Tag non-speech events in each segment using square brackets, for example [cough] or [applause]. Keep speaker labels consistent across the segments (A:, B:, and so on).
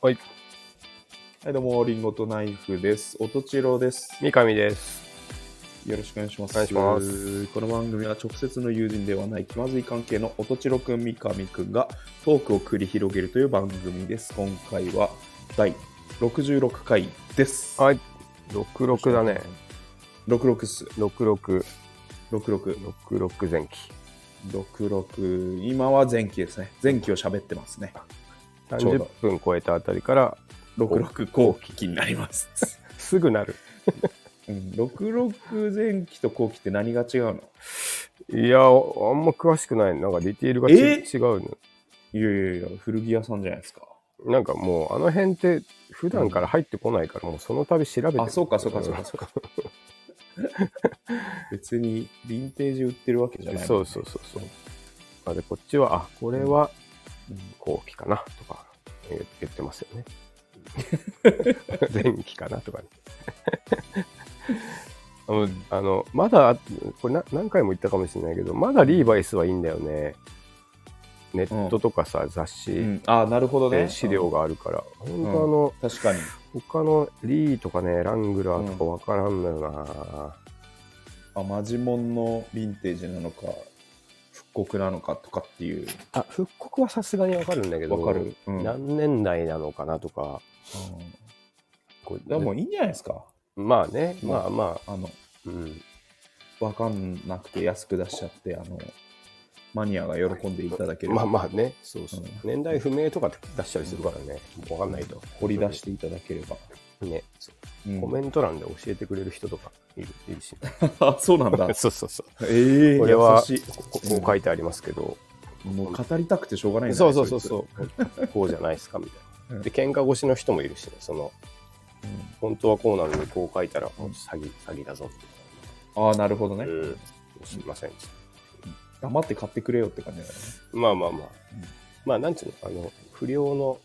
A: はい。
B: はい、どうも、リンゴとナイフです。おとちろです。
A: 三上です。
B: よろしくお願いします。
A: お願いします
B: この番組は直接の友人ではない気まずい関係のおとちろくん、三上くんがトークを繰り広げるという番組です。今回は第66回です。
A: はい。六六だね。。
B: 66っす。
A: 六六
B: 66。
A: 六六前期。
B: 66。今は前期ですね。前期を喋ってますね。
A: 三
B: ちょう
A: 十
B: ど
A: 分超えたあたりから
B: 66後期になります。
A: すぐなる。
B: うん、66前期と後期って何が違うの
A: いや、あんま詳しくない。なんかディティールがち
B: え
A: 違うの。
B: いやいやいや、古着屋さんじゃないですか。
A: なんかもうあの辺って普段から入ってこないから、もうその度調べてる
B: あ、そうか、そうか、そうか、そうか。別に、ヴィンテージ売ってるわけじゃない。
A: そうそうそうそう。あで、こっちは、あ、これは
B: うん
A: 後期かなとか言言ってますよ [laughs] ね。前期かなとかね。 [laughs] あの、あのまだ、これな何回も言ったかもしれないけど、まだリーバイスはいいんだよね。ネットとかさ、雑
B: う
A: 誌
B: ん。あ、なるほどね
A: で。資料があるから、本当あの、
B: うん。確かに。
A: 他のリーとかね、ラングラーとかわからんのよな、
B: あ、マジモンのヴィンテージなのか、復刻なのかとかっていう。
A: あ、復刻はさすがにわかるんだけど、
B: わかる。うん。うん
A: 何年代なのかなとか、こう
B: でもいいんじゃないですか。
A: まあね、
B: ま
A: ま
B: あ
A: あまあ、
B: あの、
A: うん、
B: わかんなくて安く出しちゃって、あの、マニアが喜んでいただける。、
A: まあまあね、そうそううん年代不明とか出したりするからね、わかんないと。
B: 掘り出していただければ。
A: ね、
B: うん
A: コメント欄で教えてくれる人とかいるいるし、。
B: [laughs] あ、そうなん
A: [laughs]
B: だ
A: そうそうそう、
B: ええ、
A: これは
B: 優しい
A: ここう書いてありますけど、
B: もう語りたくてしょうがないんだ
A: そ
B: ね
A: うそうそう
B: い
A: そう、こうじゃないですかみたいうな。
B: ん
A: で、喧嘩越しの人もいるしね、その、
B: つうん
A: 本当はこうなのにこう書いたら、もう詐欺、詐欺だぞみ
B: ああ、なるほどね
A: たいな。。うん、すいません。
B: 黙って買ってくれよって感じだよ
A: まあまあまあ、まあなんていうの、あの、不良の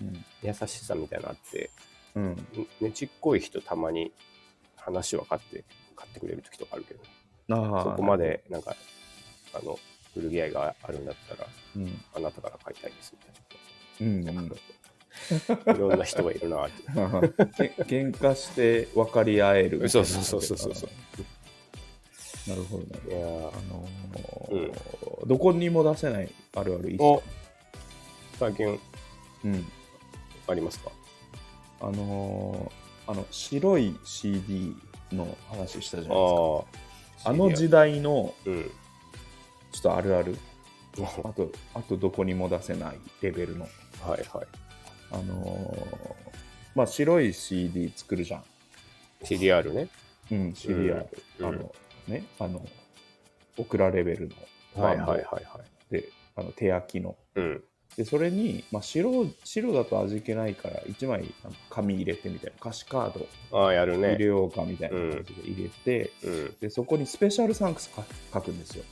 B: ね。
A: 優しさみたいなのあって、
B: うん。うん。
A: ねちっこい人たまに話分かって買ってくれる時とかあるけど、
B: ああ。
A: そこま。でなんかあの古着屋があるんだったら
B: うん。
A: あなたから買いたいです
B: うん、
A: み
B: う
A: たい
B: [laughs] ん。
A: な、いろんな人がいるなって
B: けん喧嘩して分かり合えるみたいな。
A: そうそうそうそうそう
B: なるほどなる
A: [laughs]
B: ほ
A: い
B: ど。
A: や
B: あのーどこにも出せないあるあるいいっ
A: ー
B: すね
A: お最近
B: うん。
A: ありますか
B: あのーあの、白い CD の話したじゃないですか。
A: あ
B: あの時代の、
A: 代 [laughs] うん
B: ちょっとあるある。あと、あとどこにも出せないレベルの。
A: はいは
B: あのーまあ、白い CD 作るじゃん。
A: い CDR ね
B: うん、シリアル、
A: うん
B: あの、ね、あの、オクラレベルの、
A: はいはいはい
B: バン
A: はい
B: ドで、あの、手焼きの。
A: うん
B: で、それに、まあ、白、白だと味気ないから、1枚なんか紙入れてみたいな、歌詞カード
A: ああやる
B: 入れ
A: ね
B: ようかみたいな感じで入れて、
A: うん
B: で、そこにスペシャルサンクスか書くんですよ。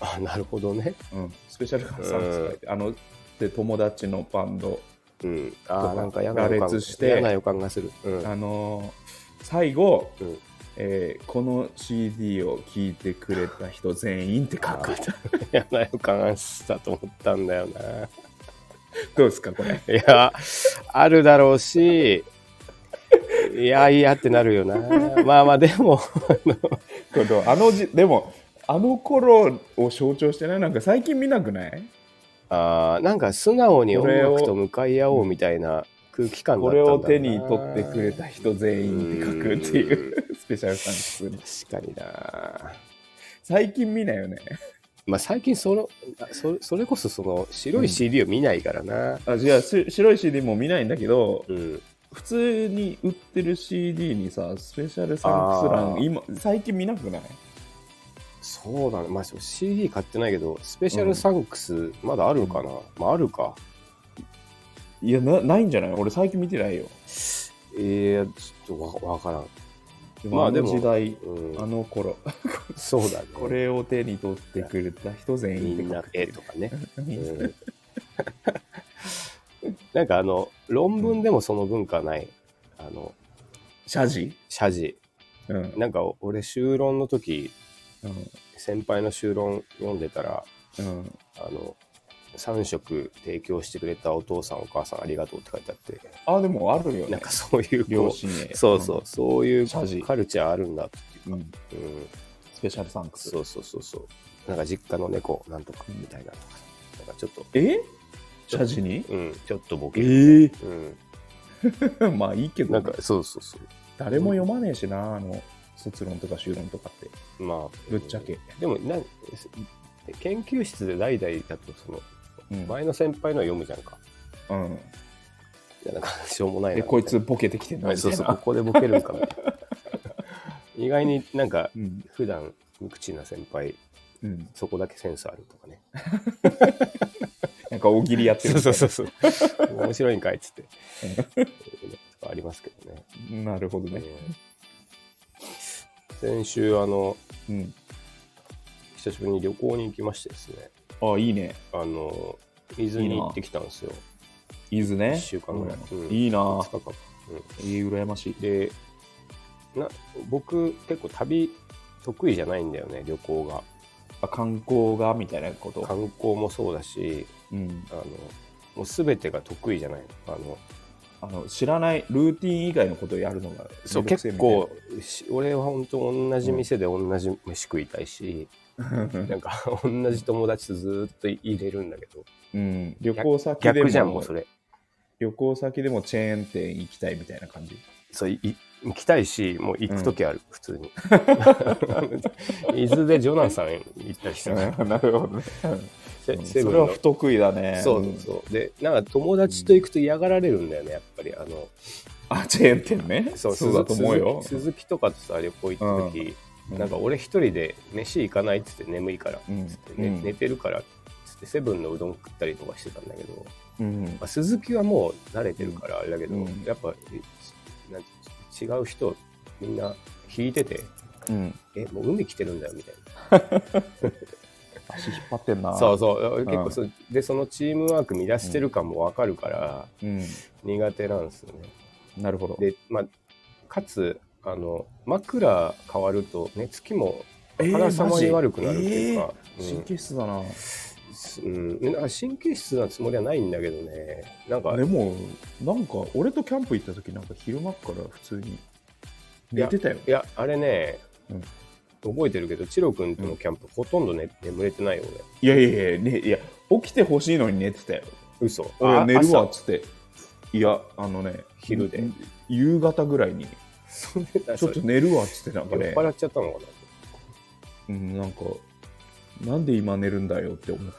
A: あなるほどね
B: うん、スペシャルサンクス書いて、あの、で、友達のバンド、
A: うんあ
B: とか
A: ーなんか嫌な予
B: 羅
A: 感
B: 列して
A: 嫌な予感がするうん
B: あのー最後、
A: うん
B: えーこの CD を聴いてくれた人全員って書く。
A: 嫌な予感がしたと思ったんだよな
B: [laughs] どうですか、これ。
A: いや、あるだろうし、いや、いやってなるよな。まあまあ、でも、
B: けどあのじでもあの頃を象徴してないなんか最近見なくない
A: あーなんか素直に音楽と向かい合おうみたいな空気感だ
B: こ
A: ったんだ
B: れ
A: ろう
B: を
A: な
B: 手に取ってくれた人全員って書くっていうスペシャルサンクスに
A: 確かにな。
B: 最近見ないよね
A: まあ、最近そのそ、それこそその白い CD を見ないからな。
B: あじゃあす白い CD も見ないんだけど
A: うん。
B: 普通に売ってる CD にさスペシャルサンク
A: あ
B: ス欄
A: ー
B: 今最近見なくない
A: そうだね。まあ、そう CD 買ってないけど、スペシャルサンクス、まだあるかな。まあ、あるか。
B: いやなないんじゃない俺最近見てないよ
A: ええちょっとわわからん。
B: で
A: ま
B: も
A: あ
B: あ
A: で
B: の
A: も
B: 時代、
A: うん
B: あの頃
A: そうだね。
B: これを手に取ってくれた人全
A: み
B: 員
A: ん
B: って
A: な
B: 書く
A: 絵とかね。うんなんかあの論文でもその文化ない、あの
B: 謝辞
A: 謝辞
B: うん
A: なんか俺修論の時
B: うん
A: 先輩の修論読んでたら
B: うん
A: あの3食提供してくれたお父さんお母さんありがとうって書いてあって
B: あ、でもあるよ
A: な
B: ね
A: ん。かそういうこう
B: 両親へ。
A: そうそう、そういう
B: 謝辞
A: カルチャーあるんだって
B: うん。うん
A: いう、うん、
B: スペシャルサンクス
A: そ。うそうそうそうなんか実家の猫なんとかみたいなとかなんかちょっと
B: え謝辞に
A: うんちょっとボケる
B: ええ
A: うん、
B: [laughs] まあいいけど、
A: なんかそうそうそ
B: 誰も読まねえしな、あの、卒論とか修論とかって。
A: うまあ
B: ぶっちゃけ。
A: でもな研究室で代々だとその
B: うん。
A: 前の先輩のは読むじゃんか
B: うん、
A: いやなんかしょうもないな
B: で、こいつボケてきてんな
A: はい
B: み
A: そ
B: たいうな。
A: そうここでボケるんかみたい [laughs] な意外になんか
B: うん。
A: 普段無口な先輩
B: うん。
A: そこだけセンスあるとかね
B: なんか大喜利やってるみたいな。
A: そうそう面白いんかいっつってとかありますけどね
B: なるほどね。
A: 先週あの
B: うん。
A: 久しぶりに旅行に行きましてですね
B: あ、いいね。
A: あの伊豆に行ってきたんですよ
B: 伊豆ね。
A: 一週間ぐらい
B: うん
A: うん
B: いいな
A: 2日間、
B: いい、羨ましい
A: うん。でな僕結構旅得意じゃないんだよね旅行が
B: あ観光がみたいなこと。
A: 観光もそうだし
B: うん。
A: あのもう全てが得意じゃないのあの
B: あの、知らない、ルーティン以外のことをやるのが、
A: そう
B: めんどくせえ
A: 結構し俺は本当同じ店で同じ飯食いたいし、
B: みたいな。
A: なんか [laughs] 同じ友達とずっと入れるんだけど
B: [laughs] うん。旅行先でも、
A: 逆じゃんもうそれ
B: 旅行先でもチェーン店行きたいみたい
A: [laughs]
B: な感じ。
A: そうい行きたいしもう行く時ある、普通に伊豆でジョナサン行ったりしたから
B: なるほどね。
A: [laughs] セ
B: うんそ
A: セブン
B: れは
A: の
B: 不得意だね。
A: そ
B: ん
A: うそうでなんか友達と行くと嫌がられるんだよねやっぱりあの
B: あ、チェーン店ね。
A: そう
B: そうだと思うよ。
A: 鈴鈴木とかとさ旅行行った時、
B: うん
A: なんか俺一人で飯行かないっつって眠いからっ
B: うん
A: つって、ね
B: うん
A: 寝てるからっつってセブンのうどん食ったりとかしてたんだけど、
B: うん
A: まあ、鈴木はもう慣れてるからあれだけど、
B: うん
A: やっぱえなんて違う人みんな引いてて
B: うん。
A: えもう海来てるんだよみたい
B: 足引っ張ってんな。
A: なそうそう結構そうでそのチームワーク乱してる感も分かるから
B: うん。
A: 苦手なんですよね
B: なるほど。
A: で、まあ、かつあの枕変わると寝つきもあからさまに悪くなるっていうか、
B: えーマジえー神経質だな。
A: うんうんなんか神経質なつもりはないんだけどねなんか
B: でも、なんか、俺とキャンプ行った時なんか昼間っから普通に寝てたよ。
A: いやあれね、
B: うん
A: 覚えてるけどチロ君とのキャンプ、ほとんど、ね、眠れてないよね
B: いやいやいや、ね、いや、起きてほしいのに寝てたよ。
A: 嘘
B: 俺は寝るわっ
A: 朝
B: つって。いや、あのね、
A: 昼で。
B: 夕方ぐらいに、
A: それだ
B: ちょっと寝るわっつってなん
A: そ
B: か
A: れ酔
B: ね
A: っ、払っちゃったのかな
B: うん、なんか、なんで今寝るんだよって思っ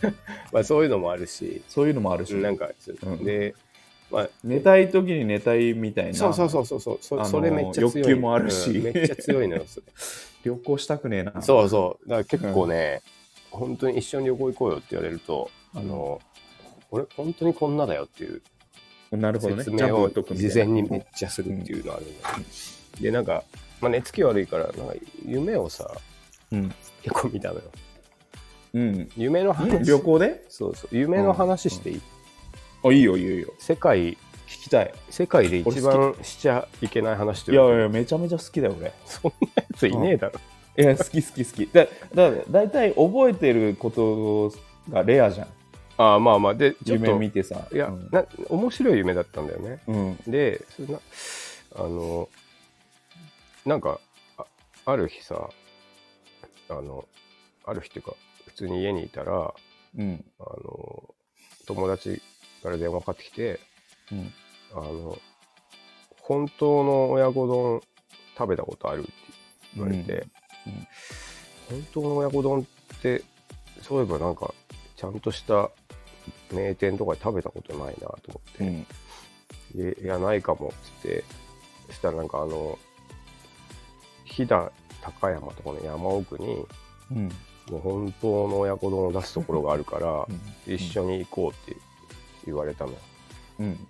B: た。
A: まあ、そういうのもあるし
B: そういうのもあるし、
A: なんか、
B: ん
A: でまあ
B: 寝たい時に寝たいみたいな、
A: そうそうそうそうそう
B: あ
A: そ
B: のー
A: それめっちゃ強い
B: 欲求もあるし
A: うんめっちゃ強いの
B: [laughs]
A: よそれ
B: 旅行したくねえな。
A: そうそう。だから結構ね、本当に一緒に旅行行こうよって言われると、
B: うん
A: あの、俺、本当にこんなだよっていう
B: なるほどね。
A: 説明を
B: ジャブ打っとくみたい
A: 事
B: な
A: 前にめっちゃするっていうのあるんだけど、で、なんか、まあ、寝つき悪いから、なんか夢をさ、
B: うん。
A: 結構見たのよ。
B: うん。
A: 夢の話。
B: 旅行で
A: そうそう。夢の話していい、
B: [laughs] あ、いいよ、いいよいいよ。
A: 世界、
B: 聞きたい。
A: 世界で一番しちゃいけない話と
B: い
A: いう
B: や
A: か、
B: いや、めちゃめちゃ好きだよ、俺。
A: そんなやついねえだろ。
B: いや、好き好き好き。だ、だ、だいたい覚えてることがレアじゃん。
A: ああ、まあまあ。で、ちょっ
B: 夢
A: と、い
B: 見てさ。
A: や、
B: うん
A: な、面白い夢だったんだよね。
B: うん。
A: でそれなあのなんかあある日さあのある日っていうか普通に家にいたらあ
B: うん。
A: の友達から電話かかってきて
B: うん。
A: あの「本当の親子丼食べたことある?」って言われて、
B: うんうん
A: 本当の親子丼ってそういえばなんかちゃんとした名店とかで食べたことないなと思って
B: う。ん。
A: えいや、ないかも、つって。そしたらなんかあの、飛騨高山とかの山奥に、
B: うん。
A: もう本当の親子丼を出すところがあるから、一緒に行こうって言われたの。
B: うん。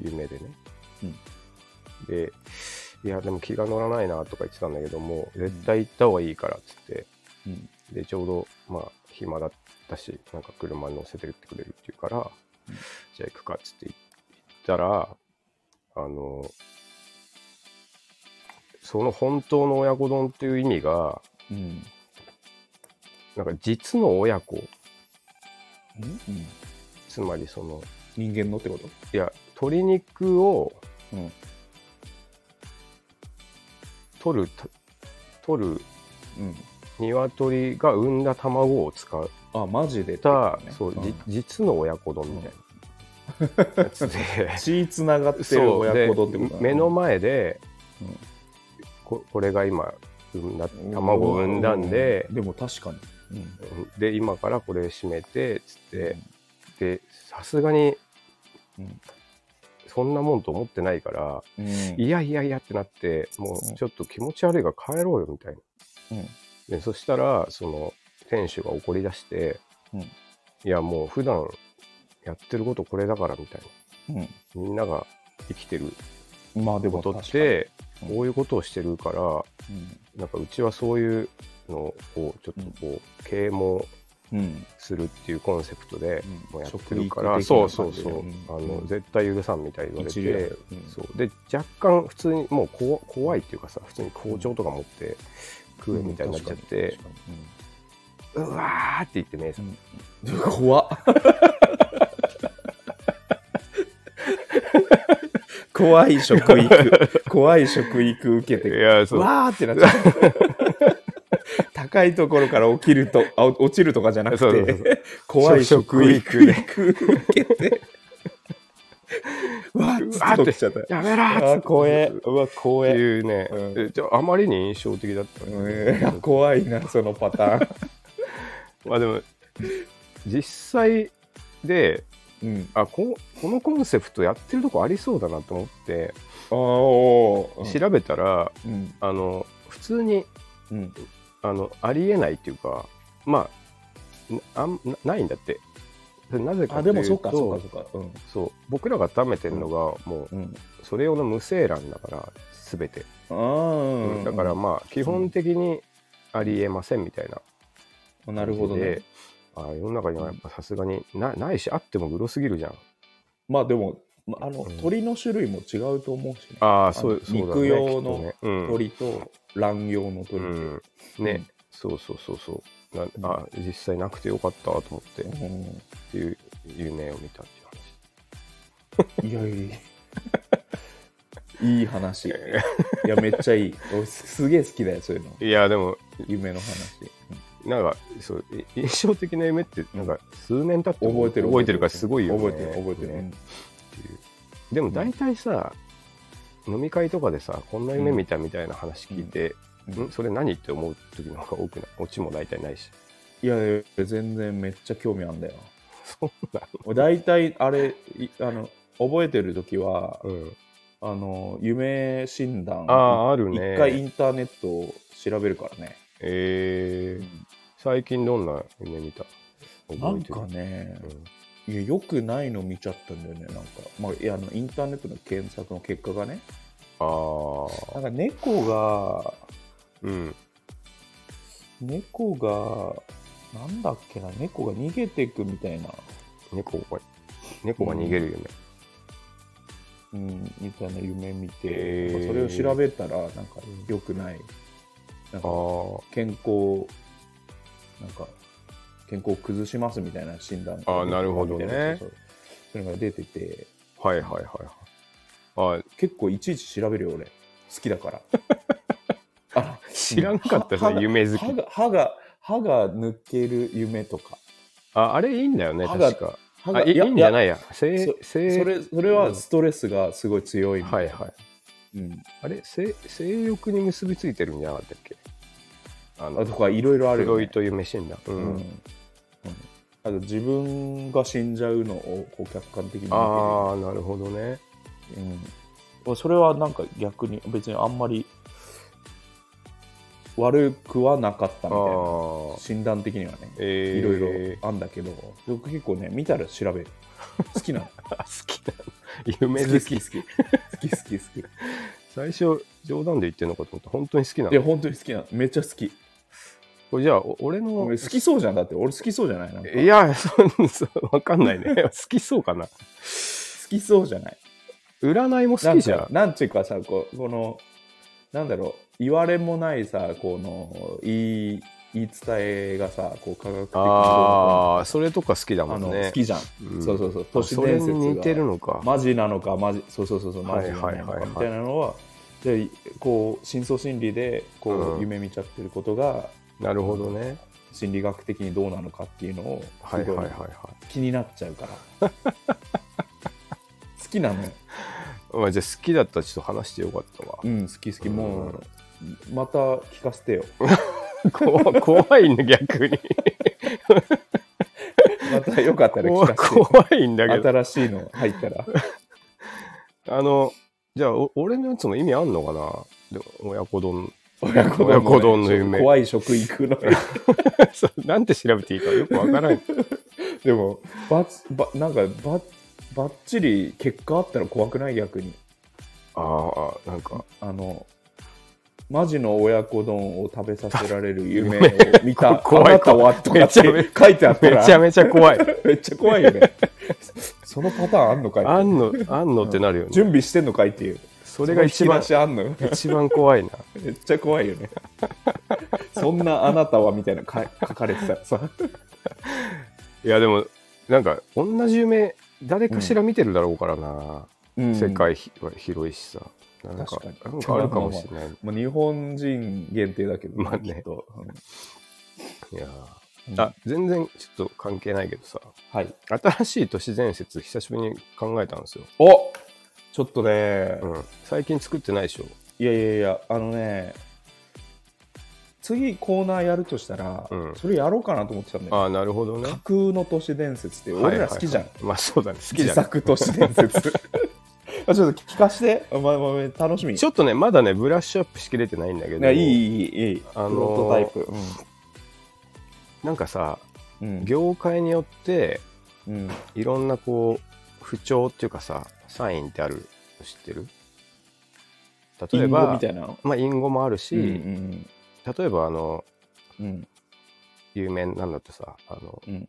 A: 夢でね。
B: うん
A: で、いや、でも気が乗らないなとか言ってたんだけども、絶対行った方がいいから、つって。
B: うん。
A: でちょうどまあ暇だったしなんか車に乗せてってくれるっていうから、
B: うん
A: じゃあ行くかっつって行ったらあのその本当の親子丼っていう意味が
B: うん。
A: なんか実の親子
B: うん
A: つまりその
B: 人間のってこと
A: いや鶏肉を
B: うん
A: 取ると取る
B: うん
A: 鶏が産んだ卵を使っ
B: あマジでってこと
A: た
B: ね、
A: そう、
B: ん
A: じ実の親子丼みたい
B: [laughs]
A: なやつで、
B: 血つながってる
A: そう
B: 親
A: で
B: 子丼ってことだ
A: 目の前で、
B: うん
A: ここれが今産んだ
B: うん
A: 卵を産んだんで
B: う、でも確かに、うん
A: で今からこれ締めてつって、でさすがに
B: うん
A: そんなもんと思ってないから、
B: うん
A: いやいやいやってなってもうちょっと気持ち悪いが帰ろうよみたいな。
B: うん
A: でそしたらその店主が怒り出して、
B: うん
A: いやもう普段やってることこれだからみたいなみんなが生きてる
B: うん、まあでも
A: こと
B: 確
A: っ
B: かに、
A: て
B: 確かにうん
A: こういうことをしてるから、
B: うん
A: なんかうちはそういうのをこうちょっとこう啓蒙
B: うん
A: するっていうコンセプトで
B: うん
A: もうやってるから、
B: 食育的な
A: そうそうそう、
B: 感じで
A: あ
B: うん
A: の
B: うん
A: 絶対許さんみたいに言われ
B: 一流や
A: て
B: か。らうん
A: そうで若干普通にもうこ怖いっていうかさ普通に包丁とか持って食えみたいになっちゃって、
B: うん確かに確かにうん
A: うわーって言ってね、
B: 怖っ怖い食育怖い食育受けて
A: いやそう
B: わーってなっちゃう [laughs] 高いところから起きるとあ落ちるとかじゃなくて
A: そうそうそう
B: 怖い食育
A: 食
B: 受けてわーっつって起きちゃった
A: やめろ
B: あ
A: ー
B: ー怖え
A: っ
B: うわ怖
A: て
B: え
A: いうね、
B: う
A: えちょあまりに印象的だったね、
B: うん怖いなそのパター
A: まあでも実際で
B: ン、うん、
A: あここのコンセプトやってるとこありそうだなと思って
B: あーおー
A: 調べたら、
B: うん
A: あの普通に
B: うん
A: あのありえないっていうかまあなあんなないんだってそれなぜ
B: あ
A: かと
B: で
A: いうと
B: もそうかそうかそうかうん
A: そう僕らが食べてるのが、も
B: うん
A: うそれ用の無精卵だから全て、
B: あー
A: だからまあ基本的にありえませんみたいな
B: あなるほどね
A: であ世の中にはやっぱさすがになないしあってもグロすぎるじゃん
B: まあでもまあの
A: うん
B: 鳥の種類も違うと思うしね
A: あ
B: あ
A: あそうそうだね
B: 肉
A: きっ
B: 用の
A: とねうん
B: 鳥と卵用の鳥
A: う
B: と
A: んねそうそうそうそうなあ実際なくてよかったと思ってっ
B: うん
A: ていう夢を見たっていう話
B: い
A: [laughs]
B: やいやいい話いやめっちゃいい俺すすげえ好きだよそういうの
A: いやでも
B: 夢の話
A: なんかそうい印象的な夢ってなんか数年経って
B: 覚
A: も
B: えてる
A: 覚えてるからすごいよね
B: 覚えてる覚えてる、
A: ねっていうでも大体さ、飲み会とかでさこんな夢見たみたいな話聞いて、
B: うん
A: んそれ何って思う時の方が多くないオチも大体ないし
B: いやいや全然めっちゃ興味あんだよ
A: そうな
B: 俺大体あれいあの覚えてる時は
A: の、うん、
B: あの夢診断
A: ああある
B: 一
A: ね
B: 回インターネットを調べるからね。
A: えー最近どんな夢見た覚
B: なん
A: えてる
B: かね、いや、よくないの見ちゃったんだよね、なんか。まあ、いや、あの、インターネットの検索の結果がね、
A: う
B: なん
A: ん、ああ
B: か猫が、
A: うん
B: 猫が、なんだっけな、猫が逃げてくみたいな、
A: 猫が猫が逃げる夢、
B: うん、みたいな夢見て、
A: へー
B: なんかそれを調べたら、なんか、良くない。なんか、健康、なんか、健康を崩しますみたいな診断
A: あーなるほどね
B: みたいなそうそれが出てて、
A: ああはいはいはいはいあ
B: 結構いちいち調べるよ俺好き
A: [laughs]
B: だからあ
A: 知らなかった
B: は
A: ね夢好
B: 歯
A: き
B: が歯が歯が抜ける夢とか
A: ああれいいんだよね
B: 歯が
A: 確か
B: 歯
A: あ
B: が
A: いいいんじゃないいや性
B: そ
A: 性
B: やそれそれはストレスがすごい強いみた
A: はいい
B: な、
A: はい
B: うん、
A: あれ性性欲に結びついてるんじゃなかったっけあ
B: あとかいろいろあるよ、
A: 黒い
B: ね
A: と夢診断、う
B: うんんうんあと自分が死んじゃうのをこう客観的に見てる
A: ああなるほどね
B: うん俺、それはなんか逆に別にあんまり悪くはなかったみたいな
A: ああ
B: 診断的にはね
A: えー、
B: いろいろあんだけど、僕結構ね、見たら調べる。 [laughs] 好きなの。
A: [laughs] あ好きなの夢好き
B: 好き好き好き好き。
A: 最初冗談で言ってるのかと思った本当に好きない
B: や、
A: の
B: 本当に好きなの。めっちゃ好き。
A: これじゃあお俺の
B: 俺好きそうじゃん。だって俺好きそうじゃないなんか
A: いやそうそう [laughs] わかんないね好きそうかな
B: 好きそうじゃない。
A: 占いも
B: な
A: 好
B: ん
A: きじゃ
B: か、
A: ん
B: なんちゅうかさ、こうこの、なんだろう、言われもないさ、この、言い言い伝えがさこう科学的にどうのこ
A: ああ、それとか好きだ
B: うの
A: も
B: あ
A: ん
B: の、
A: ね。
B: 好きじゃん、
A: うん
B: そうそうそう
A: あ
B: 都市
A: それ
B: 伝
A: に似て
B: 説
A: る
B: が
A: のか。
B: マジなのかマジそうそうそうそうマジなのか
A: はいはいはいはい
B: みたいなのはでこう深層心理でこう、
A: うん
B: 夢見ちゃってることが
A: なるほどね。
B: 心理学的にどうなのかっていうのをす
A: はいはい
B: ごい
A: はいは
B: 気になっちゃうから、
A: [laughs]
B: 好きなのよ
A: い。まあ、じゃあ好きだったらちょっと話してよかったわ
B: う。ん好き好きもう、また聞かせ
A: [laughs]
B: てよ
A: 怖い怖いね、逆に。
B: またよかったら聞
A: 怖
B: かせてよ
A: [laughs] 怖いんだけど。
B: 新しいの入ったら
A: あの、じゃあ、お俺のやつも意味あんのかなで親子丼。 [laughs]
B: 親子
A: 親子丼の夢
B: 怖い食育の
A: そうなんて調べていいかよくわからん。
B: [laughs] でもばつばなんかばばっちり結果あったら怖くない逆に
A: ああ、なんか、
B: あのマジの親子丼を食べさせられる夢を見た
A: [laughs] 怖い
B: あなたはとかって
A: めちゃめ
B: 書いてあった
A: め
B: ら
A: ちゃめちゃ怖い。
B: [laughs] めっちゃ怖いよね [laughs] そのパターンあんのかい
A: あんの、あんのってなるよね。
B: 準備してんのかいっていう
A: それが一番
B: そ、の引き出しあんの
A: 一
B: [laughs]
A: 番怖いな。
B: めっちゃ怖いよね [laughs] そんなあなたはみたいなか書かれてたらさ
A: いや、でも、なんか、同じ夢、誰かしら見てるだろうからな。
B: うん
A: 世界ひは広いしさ。なんか、
B: 確か
A: な
B: に
A: んかあるかもしれない。
B: もう日本人限定だけど、
A: まあね
B: きっとうん
A: いやー
B: うん
A: あ、全然ちょっと関係ないけどさ、
B: はい。
A: 新しい都市伝説、久しぶりに考えたんですよ。
B: おちょっとね、
A: うん、最近作ってないでしょ。
B: いやいやいや、あのね、次コーナーやるとしたら、
A: うん
B: それやろうかなと思ってたんだよ。
A: ああ、なるほどね
B: 架。空の都市伝説って、俺ら好きじゃん。
A: はいはいはいまあそうだね、好きじ
B: 自
A: ゃん。
B: 作都市
A: [laughs]
B: 伝説。あちょっと聞かして、お前お前楽しみ。
A: ちょっとね、まだね、ブラッシュアップしきれてないんだけど、
B: ねいい、いい、いい。
A: あのー
B: プロトタイプ。
A: なんかさ、
B: うん
A: 業界によって、
B: うんうん
A: いろんなこう、不調っていうかさ、サインってあるの知ってる例え
B: 隠語み
A: ば
B: た、いなの。
A: まあ、隠語もあるし、
B: うんうん
A: 例えば、あの、
B: うんうん
A: 有名なんだってさ、あの、
B: うん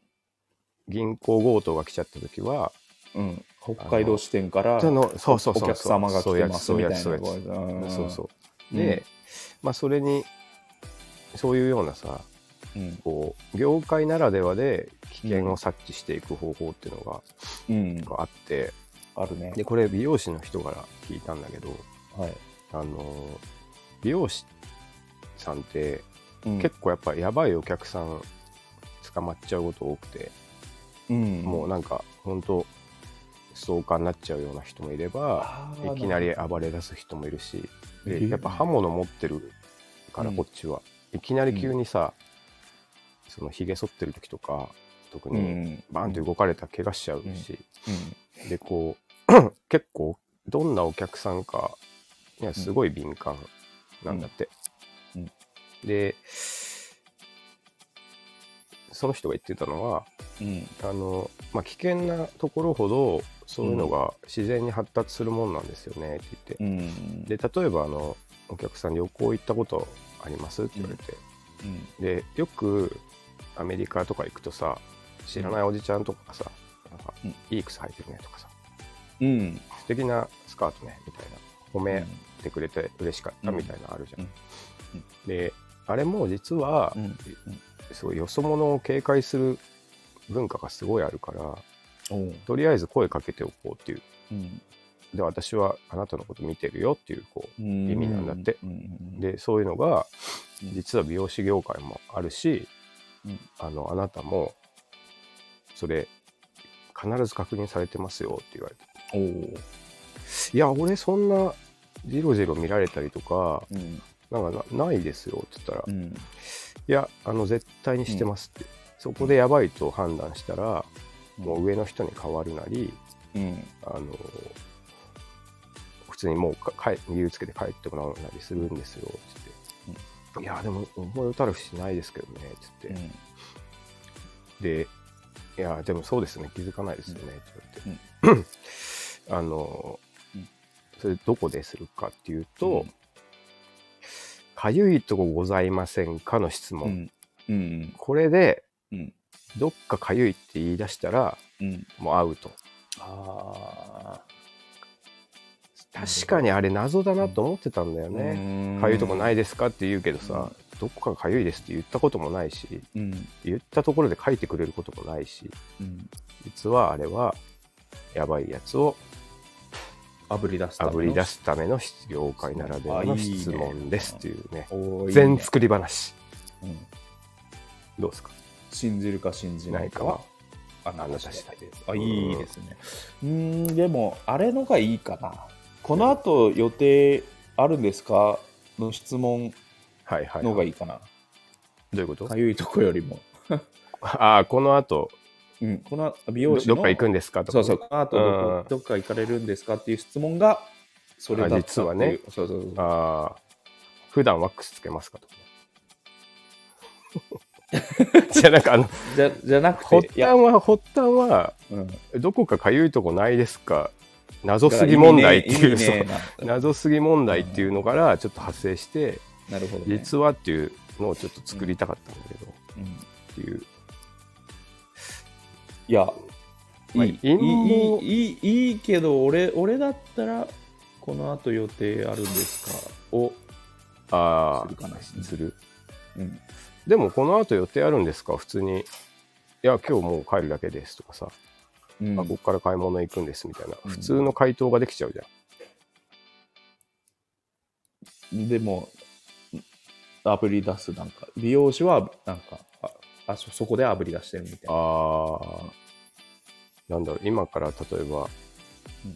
A: 銀行強盗が来ちゃった時は、
B: うん北海道支店から
A: そのそうそうそう
B: お客様が来てます
A: そう
B: み
A: や
B: たい
A: つ
B: な
A: そうやつそうや
B: うん
A: つそうそううんで、まあそれにそういうようなさ
B: うん
A: こう業界ならではで危険を察知していく方法っていうのが
B: うん
A: あって
B: あるね
A: でこれ美容師の人から聞いたんだけど
B: はい
A: あの美容師さんって
B: 結
A: 結構やっぱやばいお客さん捕まっちゃうこと多くて、
B: 構
A: もうなんか本当ストーカーになっちゃうような人もいればいきなり暴れ出す人もいるし、で
B: えー
A: やっぱ刃物持ってるから
B: うん
A: こっちは、いきなり急にさ、そのひげ剃ってる時とか特にバンと動かれたら怪我しちゃうし、でこう [clears throat] 結構どんなお客さんかいやすごい敏感なんだって、
B: うん
A: でその人が言ってたのはあの、まあ、危険なところほどそういうのが自然に発達するもんなんですよねって言って、で例えばあのお客さん旅行行ったことありますって言われて、でよくアメリカとか行くとさ知らないおじちゃんとかがさなんか、
B: うん
A: いい靴履いてるねとかさ素敵なスカートねみたいな褒めてくれて嬉しかったみたいなのあるじゃん、
B: うんうん
A: であれも実は、すごいよそ者を警戒する文化がすごいあるからとりあえず声かけておこうっていうで私はあなたのこと見てるよっていうこう意味なんだってでそういうのが
B: うん
A: 実は美容師業界もあるし、
B: うん
A: あのあなたもそれ必ず確認されてますよって言われていや俺そんなジロジロ見られたりとかなんかなないですよって言ったら、いやあの絶対にしてますって、そこでやばいと判断したら、もう上の人に変わるなりあの普通にもうかかえ理由つけて帰ってもらうなりするんですよってって、いやでも思い当たる節ないですけどねってって、で、いや、でもそうですね、気づかないですよね、って言われて。 [clears throat] あの
B: うん、
A: それどこでするかっていうと、かゆいとこございませんかの質問。これで、どっかかゆいって言い出したら、もうアウト。確かにあれ謎だなと思ってたんだよね。かゆいとこないですかって言うけどさ、どこかが痒いですって言ったこともないし、
B: うん
A: 言ったところで書いてくれることもないし、
B: うん
A: 実はあれは、やばいやつを
B: 炙り出すた
A: あ
B: めの
A: ぶり出すための失業界ならではの質問ですっていうね、
B: おーいいね
A: 全作り話。
B: うん
A: どうですか
B: 信じるか信じないかはあなた次第です。あ
A: ん
B: いいですね。うーんでもあれのがいいかな。この後予定あるんですかの質問
A: はいはい。
B: の
A: ど
B: が
A: う
B: いいかな。
A: いうこと
B: かゆいとこよりも。
A: ああ、この後、
B: うん、この美容
A: ど
B: 師の
A: どっか行くんですかと
B: そ
A: か。
B: うそう、この後
A: うん
B: どこどっか行かれるんですかっていう質問がそれだったっていう
A: あ実はね。
B: そうそうそう。
A: ああ、普段ワックスつけますか
B: [laughs]
A: とか。じゃあなんかあの、
B: じゃじゃなくて、
A: 発
B: い
A: 端
B: や、
A: は、発端は、
B: うん、
A: どこかかゆいとこないですか謎すぎ問題っていう、
B: だから意味ね
A: そう謎すぎ問題っていうのからちょっと発生して、
B: ななるほど、ね。
A: 実はっていうのをちょっと作りたかったんだけど、
B: うん
A: っていう。
B: いや、
A: まあ
B: いい、
A: 陰
B: い
A: 謀
B: い、いい、いいけど、俺、俺だったら、この後予定あるんですかを
A: あ
B: するかな。
A: あ、する。
B: うん。
A: でもこの後予定あるんですか普通に。いや、今日もう帰るだけですとかさ、
B: うん
A: あここから買い物行くんですみたいな、
B: うん
A: 普通の回答ができちゃうじゃん。
B: でも、炙り出す、なんか、美容師は、なんか、ああそそこで炙り出してるみたいな。
A: あーなんだろう、今から例えば
B: うん、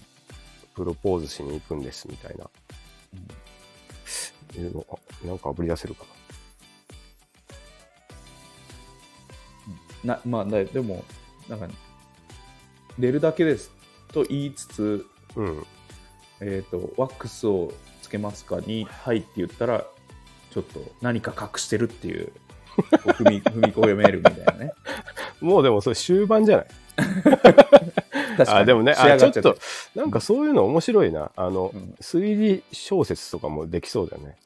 A: プロポーズしに行くんですみたいな。
B: うん
A: いうのあなんかあぶり出せるか
B: なまあ、だでも、なんか、寝るだけですと言いつつ、
A: な。うん。
B: えっ、と、ワックスをつけますかに、はいって言ったら、ちょっと何か隠してるっていう、こう踏み [laughs] 踏み込めるみたいなね。
A: もうでもそれ終盤じゃない
B: 確か
A: あ
B: に
A: でもね
B: 仕上
A: あち
B: が
A: ょっ
B: ちゃて
A: となんかそういうの面白いなあの、
B: うん
A: 推理小説とかもできそうだよね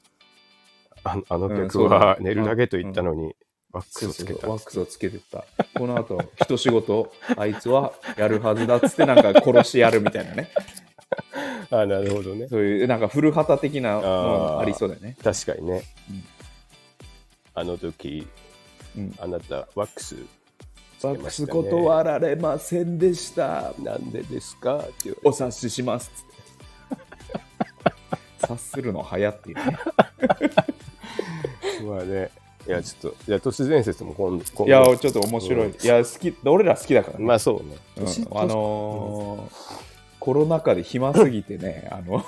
A: あのあの
B: うん
A: 客
B: そうだ
A: は
B: ね
A: 寝るだけと言ったのに、ワック
B: そ
A: スをつ
B: うそうそ
A: け
B: う
A: た
B: ワックスをつけてった。この後、一仕事、あいつはやるはずだっつって、なんか殺してやるみたい
A: [laughs]
B: なね。
A: あなるほどね
B: そういう、なんか古旗的なのも
A: あー
B: ありそうだよね。
A: 確かにね、
B: うん
A: あの時
B: うん
A: あなたワックス
B: ワ
A: ね
B: ックス断られませんでした。
A: なんでですかって言われて
B: お察しします
A: [laughs]
B: っつって。察するの早っていうね。
A: まあねいやちょっといや都市伝説も今度今
B: い
A: 度
B: や、ちょっと面白い。
A: うん
B: いや、好き、俺ら好きだからね。
A: まあそうね、
B: うん
A: 都市
B: あのーコロナ禍で暇すぎてね、あの、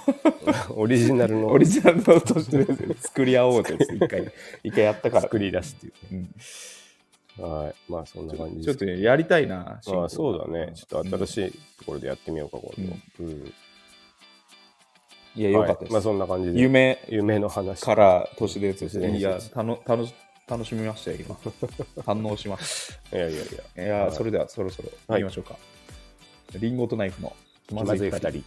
A: オリジナルの
B: オリジナルの都市伝説作り合おうぜっつって一 [laughs] 回、一回やったから。
A: 作り出すっていう
B: うん
A: はい。まあそんな感じ
B: ちょ
A: で
B: っ
A: す。
B: とやりたいな、進
A: ま
B: 行
A: あそうだね。ちょっと新
B: い。
A: しいところでやってみようか、今度。うん。
B: うんいや、よかったで
A: はい
B: す。
A: まあそんな感じで。夢
B: 夢
A: の話。
B: から都市伝説。
A: 都市伝説
B: いや、たの楽し楽しみましたよ、 [laughs] 今。反応しまし
A: いやいやい
B: た。
A: や。
B: いや、
A: はい
B: それではそろそろ行きましょうか。リンゴとナイフの気
A: まずい二人。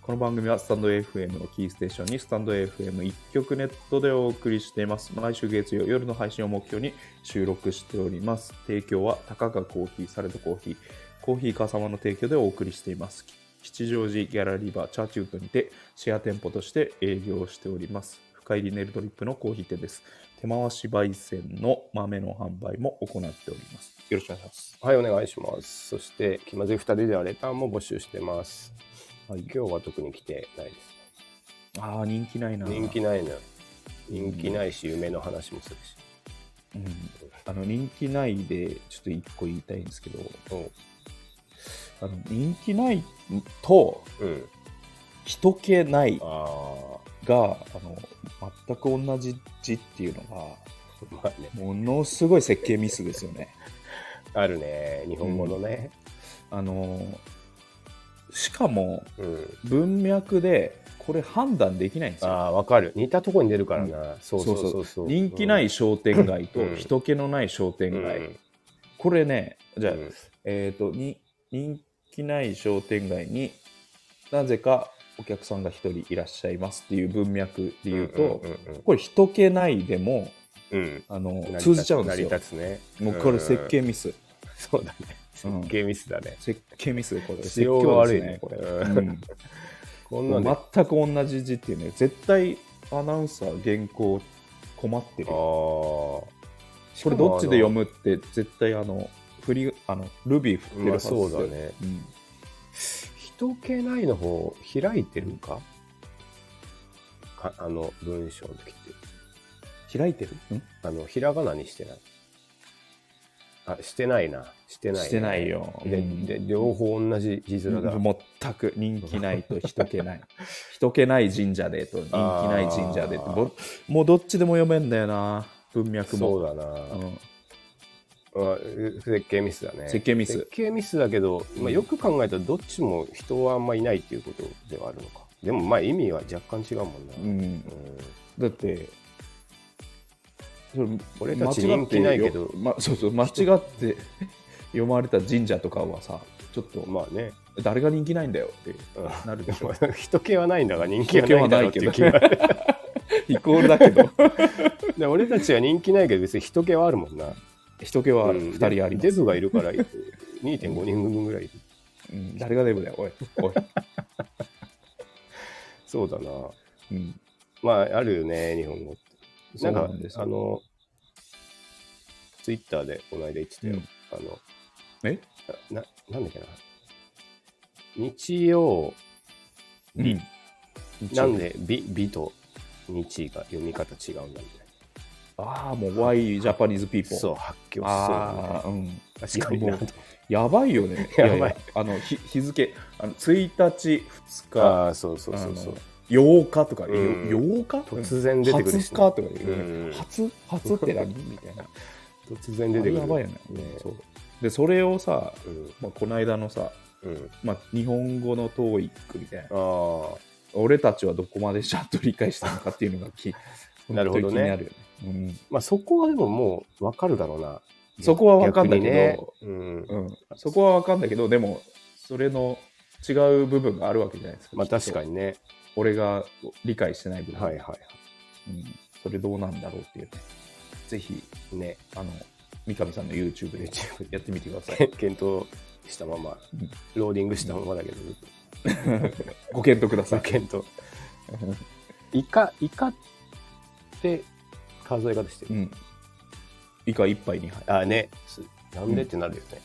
B: この番組はスタンド FM をキーステーションにスタンド FM 一曲ネットでお送りしています。毎週月曜夜の配信を目標に収録しております。提供は高がコーヒー、サレドコーヒー、コーヒーかさまの提供でお送りしています。吉祥寺ギャラリーバーチャーチウッドにてシェア店舗として営業しております。深入りネルドリップのコーヒー店です。手回し焙煎の豆の販売も行っております。よろしくお願いします。
A: はい、お願いします。そして、気まずい二人ではレターも募集してます。
B: はい、
A: 今日は特に来てないです。
B: ああ、人気ないな。
A: 人気ないな。人気ないし、夢の話もするし。
B: うんあの人気ないでちょっと一個言いたいんですけどあの人気ないと
A: うん。
B: 人気ない
A: あ
B: があの全く同じ字っていうの
A: あ、 [laughs] まあね。
B: がものすごい設計ミスですよね。
A: あるね。日本語のね。
B: あのしかも
A: うん。
B: 文脈でこれ判断できないんです
A: あ
B: よ。
A: あ、わかる。似たとこに出るからな。そうそうそうそう。
B: 人気ない商店街
A: う
B: と
A: ん
B: 人気のない商店街、
A: うん
B: これねじゃあ、
A: うん
B: えー、とに人気ない商店街になぜかお客さんが一人いらっしゃいますっていう文脈で言うと、
A: んん
B: これ人気ないでも
A: うんうん
B: あの
A: 成り立つ
B: 通じちゃうんです
A: 成り
B: よ
A: 立つね。
B: もうこれ設計ミス、
A: そうだね。
B: うん
A: 設計ミスだね。
B: 設計ミス、これ。
A: 仕様が悪いね
B: 設計
A: これ
B: ですねこれ。うん
A: こんなの。あ
B: 全く同じ字っていうね、絶対アナウンサー、原稿、困ってる
A: ー
B: よ。
A: し
B: こ
A: か
B: れ
A: も
B: どっちで
A: あの
B: 読むって、絶対あの、振り、あの、ルビー振ってる
A: ま
B: は
A: あ、
B: ず
A: そうだ。ね。
B: うん
A: 人気ないの方開いてるかかあの文章の時って。
B: 開いてる
A: あの、ひらがなにしてない。あ、してないな。してない、
B: してないよ
A: で
B: うん
A: で両方同じ字面だ。
B: 全く人気ないと人気 [laughs] ない人気ない神社でと人気ない神社でと
A: あー
B: ぼもうどっちでも読めんだよな文脈
A: そ
B: も
A: うだ
B: う
A: な、
B: ん
A: あ設計ミスだね。
B: 設計ミス
A: 設計ミスだけど、まあ、よく考えたらどっちも人はあんまいないっていうことではあるのか。でもまあ意味は若干違うもんな。
B: う
A: うん
B: ん、だってそれ
A: 俺たち人気ないけど
B: 間違ってよま、そうそう間違って読まれた神社とかはさちょっと
A: まあね。
B: 誰が人気ないんだよって
A: うん [laughs]
B: なるでしょ
A: 人気はないんだが人気はないんだろうっていう気が
B: イコールだけど
A: で俺たちは人気ないけど別に人気はあるもんな。
B: [laughs] 人気は
A: うん
B: 2人あります、
A: デブがいるから2.5人分ぐらいいる。
B: うん誰がデブだよおいおい、
A: そうだな。
B: うん、
A: まあ、あるよね、日本語って。なん
B: そ
A: か、
B: うなんですよ
A: あの、ツイッターでこの間言ってたよ。
B: うん
A: あの、
B: え
A: な、なんだっけな。日曜、
B: うん
A: なんで、美、美と日が読み方違うんだみたい
B: ああ、もう、Why Japanese people?
A: な。そう、発狂しそうだ
B: あ
A: ね。
B: あ、うん。
A: 確かになと。
B: やばいよね。
A: [laughs] やばい
B: ややあの、日日付、あの1日、2日、
A: ああ、そうそうそうそう。
B: 8日とか、よ
A: うん
B: 8日
A: 突然出てくる
B: 20
A: し
B: 日
A: ね
B: とか
A: う
B: 言
A: ん
B: う。初初って何 [laughs] みたいな。
A: 突然出てくる。
B: あれやばいよね
A: そう。
B: で、それをさ、
A: うん。
B: まあ、この間のさ、
A: うん。
B: まあ、日本語の TOEIC みたいな。
A: あ
B: 俺たちはどこまでちゃんと理解したのかっていうのがき
A: [laughs] なるほどね
B: 本当に気になるよね。
A: あ。まあ、そこはでももう分かるだろうな。
B: うん、そこは分かんないけど、
A: 逆にねうん。
B: うん、そこは分かんないけどでもそれの違う部分があるわけじゃないですか、
A: まあ確か
B: に
A: にね。
B: 俺が理解してない部分、
A: はいはいは
B: うん、それどうなんだろうっていうねぜひ
A: い。ね。
B: あの三上さんの YouTube で
A: YouTube
B: やってみてく
A: [laughs]
B: ださい
A: 検討したまま
B: うん、
A: ローディングしたままだけど、
B: ご検討ください
A: 検討。イカ、イカって数え方して
B: う
A: る。
B: ん以下1杯2杯
A: ああね。すなんでってなるよね。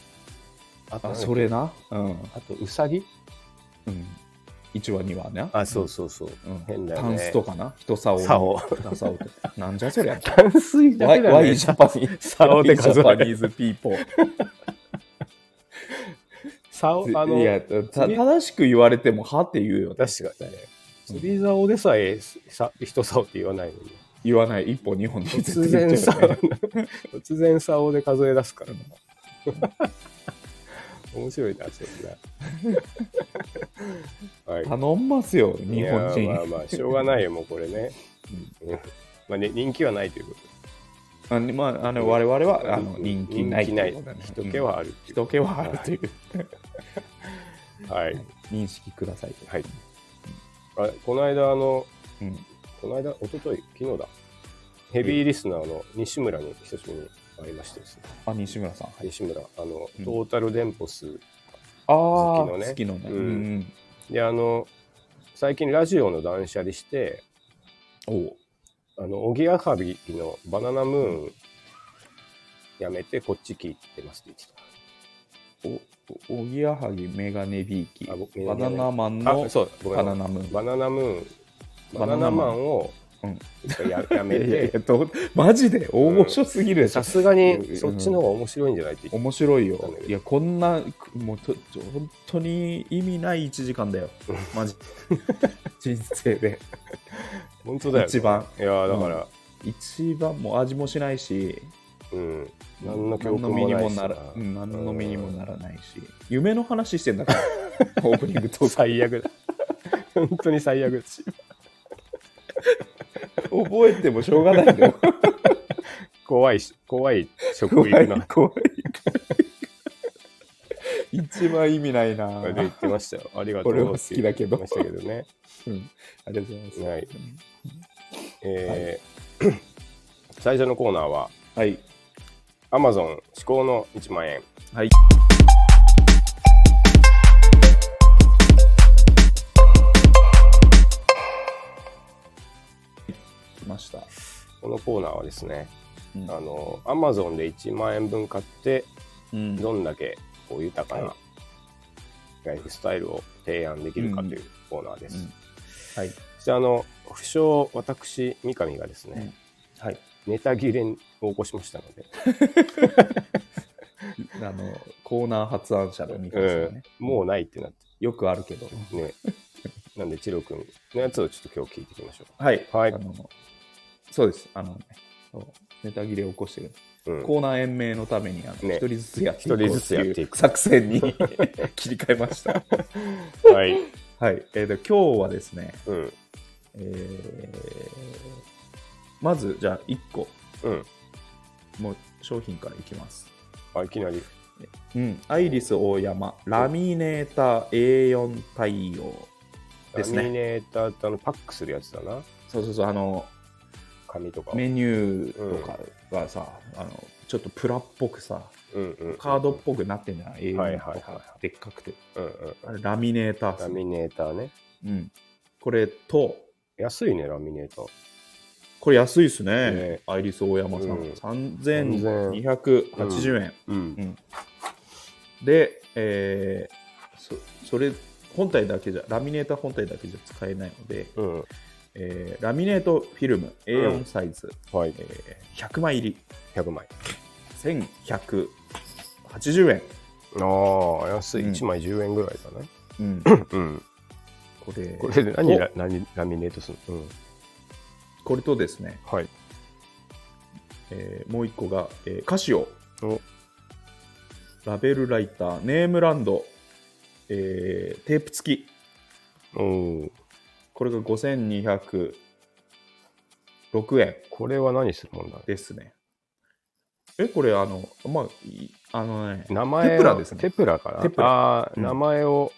A: あとなん
B: あ
A: だっけ
B: それ。なうん、
A: あと、ウサギ
B: うん、1話2話な
A: あ、そうそうそう。
B: うん
A: 変だよ
B: タ
A: ね。
B: ンスとかな人竿
A: 竿
B: 人竿となんじゃ
A: [laughs]
B: そりゃ
A: 淡水だ
B: ワ
A: け
B: イ
A: だ
B: ワイ
A: ね。
B: ジャパニー
A: 竿で数え
B: ワイジャパニーズピーポー
A: 竿、 [laughs] あの
B: い、やた正しく言われてもはって言うよね
A: 確かにね。釣り竿でさえ、さ人竿って言わないのに。
B: 言わない一歩二本と
A: 突然さ、突然さおで数え出すからな。
B: [laughs]
A: 面白いな、それな。はい。
B: 頼んますよ日本
A: いやまあ
B: 人
A: まあ、しょうがないよ、もうこれね。うんまあね、人気はないということ。
B: あまああの我々はあの
A: うん
B: 人気ない
A: 人気ない
B: ということだね
A: 人気はある
B: うん人気はあるという
A: はい。
B: 認識くださいと
A: はい。あこの間、あの、
B: うん
A: この間、一昨日昨日だ。ヘビーリスナーの西村に久しぶりに会いましてですね。
B: あ西村さん
A: 西村、あの、
B: うん
A: トータルデンポス
B: ああ
A: 好きのね
B: 好きのね
A: うん
B: うん
A: で、あの、最近ラジオの断捨離して、
B: おう
A: あの、おぎやはぎのバナナムーンやめてこっち聞いてますって言って
B: おおおぎやはぎメガネビーキ
A: あ僕メガ
B: バ
A: ネ
B: ナナマン
A: た。
B: の
A: あ、そうだ、ごめ
B: バ
A: ん
B: ナナムーン
A: バナナムーン、
B: バ
A: バ
B: ナ
A: ナ
B: ナマン
A: ナマンを
B: うん
A: ややめ
B: いやい
A: て、
B: やどうマジで大御所すぎるでし
A: さ
B: ょ
A: すがにそっちの方が面白いんじゃないって言っ
B: 面白いよ。いや、こんな、もうと、ちょ本当に意味ない1時間だよ。
A: [laughs]
B: マジ。人生で。
A: て、本当だよ。
B: 一番。
A: いやーだから、
B: 一番、もう味もしないし、
A: うん。何の記
B: 何
A: 憶
B: の身
A: も
B: に
A: な
B: も
A: いし
B: な
A: な
B: ら、うん何の身にもならないし、夢の話してんだから、 [laughs] オープニングと覚
A: 最悪だ。 [laughs] 本当に最悪だ。
B: えてもしょうがないんだよ。
A: 怖いし、 [laughs] 怖い職
B: 怖
A: 員
B: い
A: な。、
B: 怖い。一番意味ないな。
A: で言ってましたよ。ありがとう
B: 俺は好きだけど
A: って言ってましたけどね。
B: うんありがとうございます。 [laughs]
A: はい。えー [clears throat] 最初のコーナーは
B: はい。
A: Amazon 至高の1万円
B: はい。来ました。
A: このコーナーはですね、
B: うん
A: あの、アマゾンで1万円分買って、
B: うん
A: どんだけこう豊か
B: は
A: なライフスタイルを提案できるかというコーナーです。
B: うんはい。
A: そしてあの、不詳、私、三上がですね、
B: はい。
A: ネタ切れを起こしましたので、
B: あの、コーナー発案者の三上さんね。
A: もうないってなっ
B: よくあるけど。
A: て、ね。 [laughs] なんで、チロ君のやつをちょっと今日聞いていきましょ
B: はい。
A: はい
B: あのそうです。あのね、そうネタ切れを起こしてる。
A: う。うん、
B: コーナー延命のために、あの、一、
A: ね
B: 人ずつやっていこう
A: 一人ずつやっていく
B: 作戦に [laughs] 切り替え
A: [laughs]
B: ました。
A: はい。
B: はい。えーと、今日はですね、
A: うん。
B: えーまず、じゃあ、1個、
A: うん。
B: もう商品からいきます。
A: あ、いきなり。
B: うん。アイリス大山、ラミネーター A4 対応。ですね
A: ラミネーターってあのパックするやつだな。
B: そうそうそう、あの、
A: 紙とかを。
B: メニューとかがさ、あのちょっとプラっぽくさ
A: うんうんうん。
B: カードっぽくなってんじゃない、
A: はいはい
B: A4 と
A: はいは
B: かでっかくて
A: うんうん。
B: あれラミネーターっ
A: ラ
B: すね
A: ミネーターね。
B: うん、これと
A: 安いね、ラミネーター。
B: これ安いっすね
A: ね
B: アイリス大山さん、
A: うん
B: 3280円、
A: うん。
B: で、えーそそれ本体だけじゃラミネーター本体だけじゃ使えないので、
A: うん。
B: えーラミネートフィルム A4 サイズ、
A: はい。
B: えー100枚入り
A: 100枚。
B: 1180円、
A: ああ、安い。
B: うん
A: 1枚10円ぐらいだね。 [coughs]
B: うん、
A: うん。
B: これ
A: これで何
B: と
A: ラ何ラミネートするのうん。
B: これとですね、
A: はい。
B: えーもう一個が、えーカシオ
A: お
B: ラベルライターネームランド、えーテープ付き
A: おー
B: これが5206円
A: これは何するもんだ
B: ですねえこれあのまあいあのね
A: 名前を
B: テプラですね
A: テプラから。
B: テプラ
A: ああ、
B: うん
A: 名前を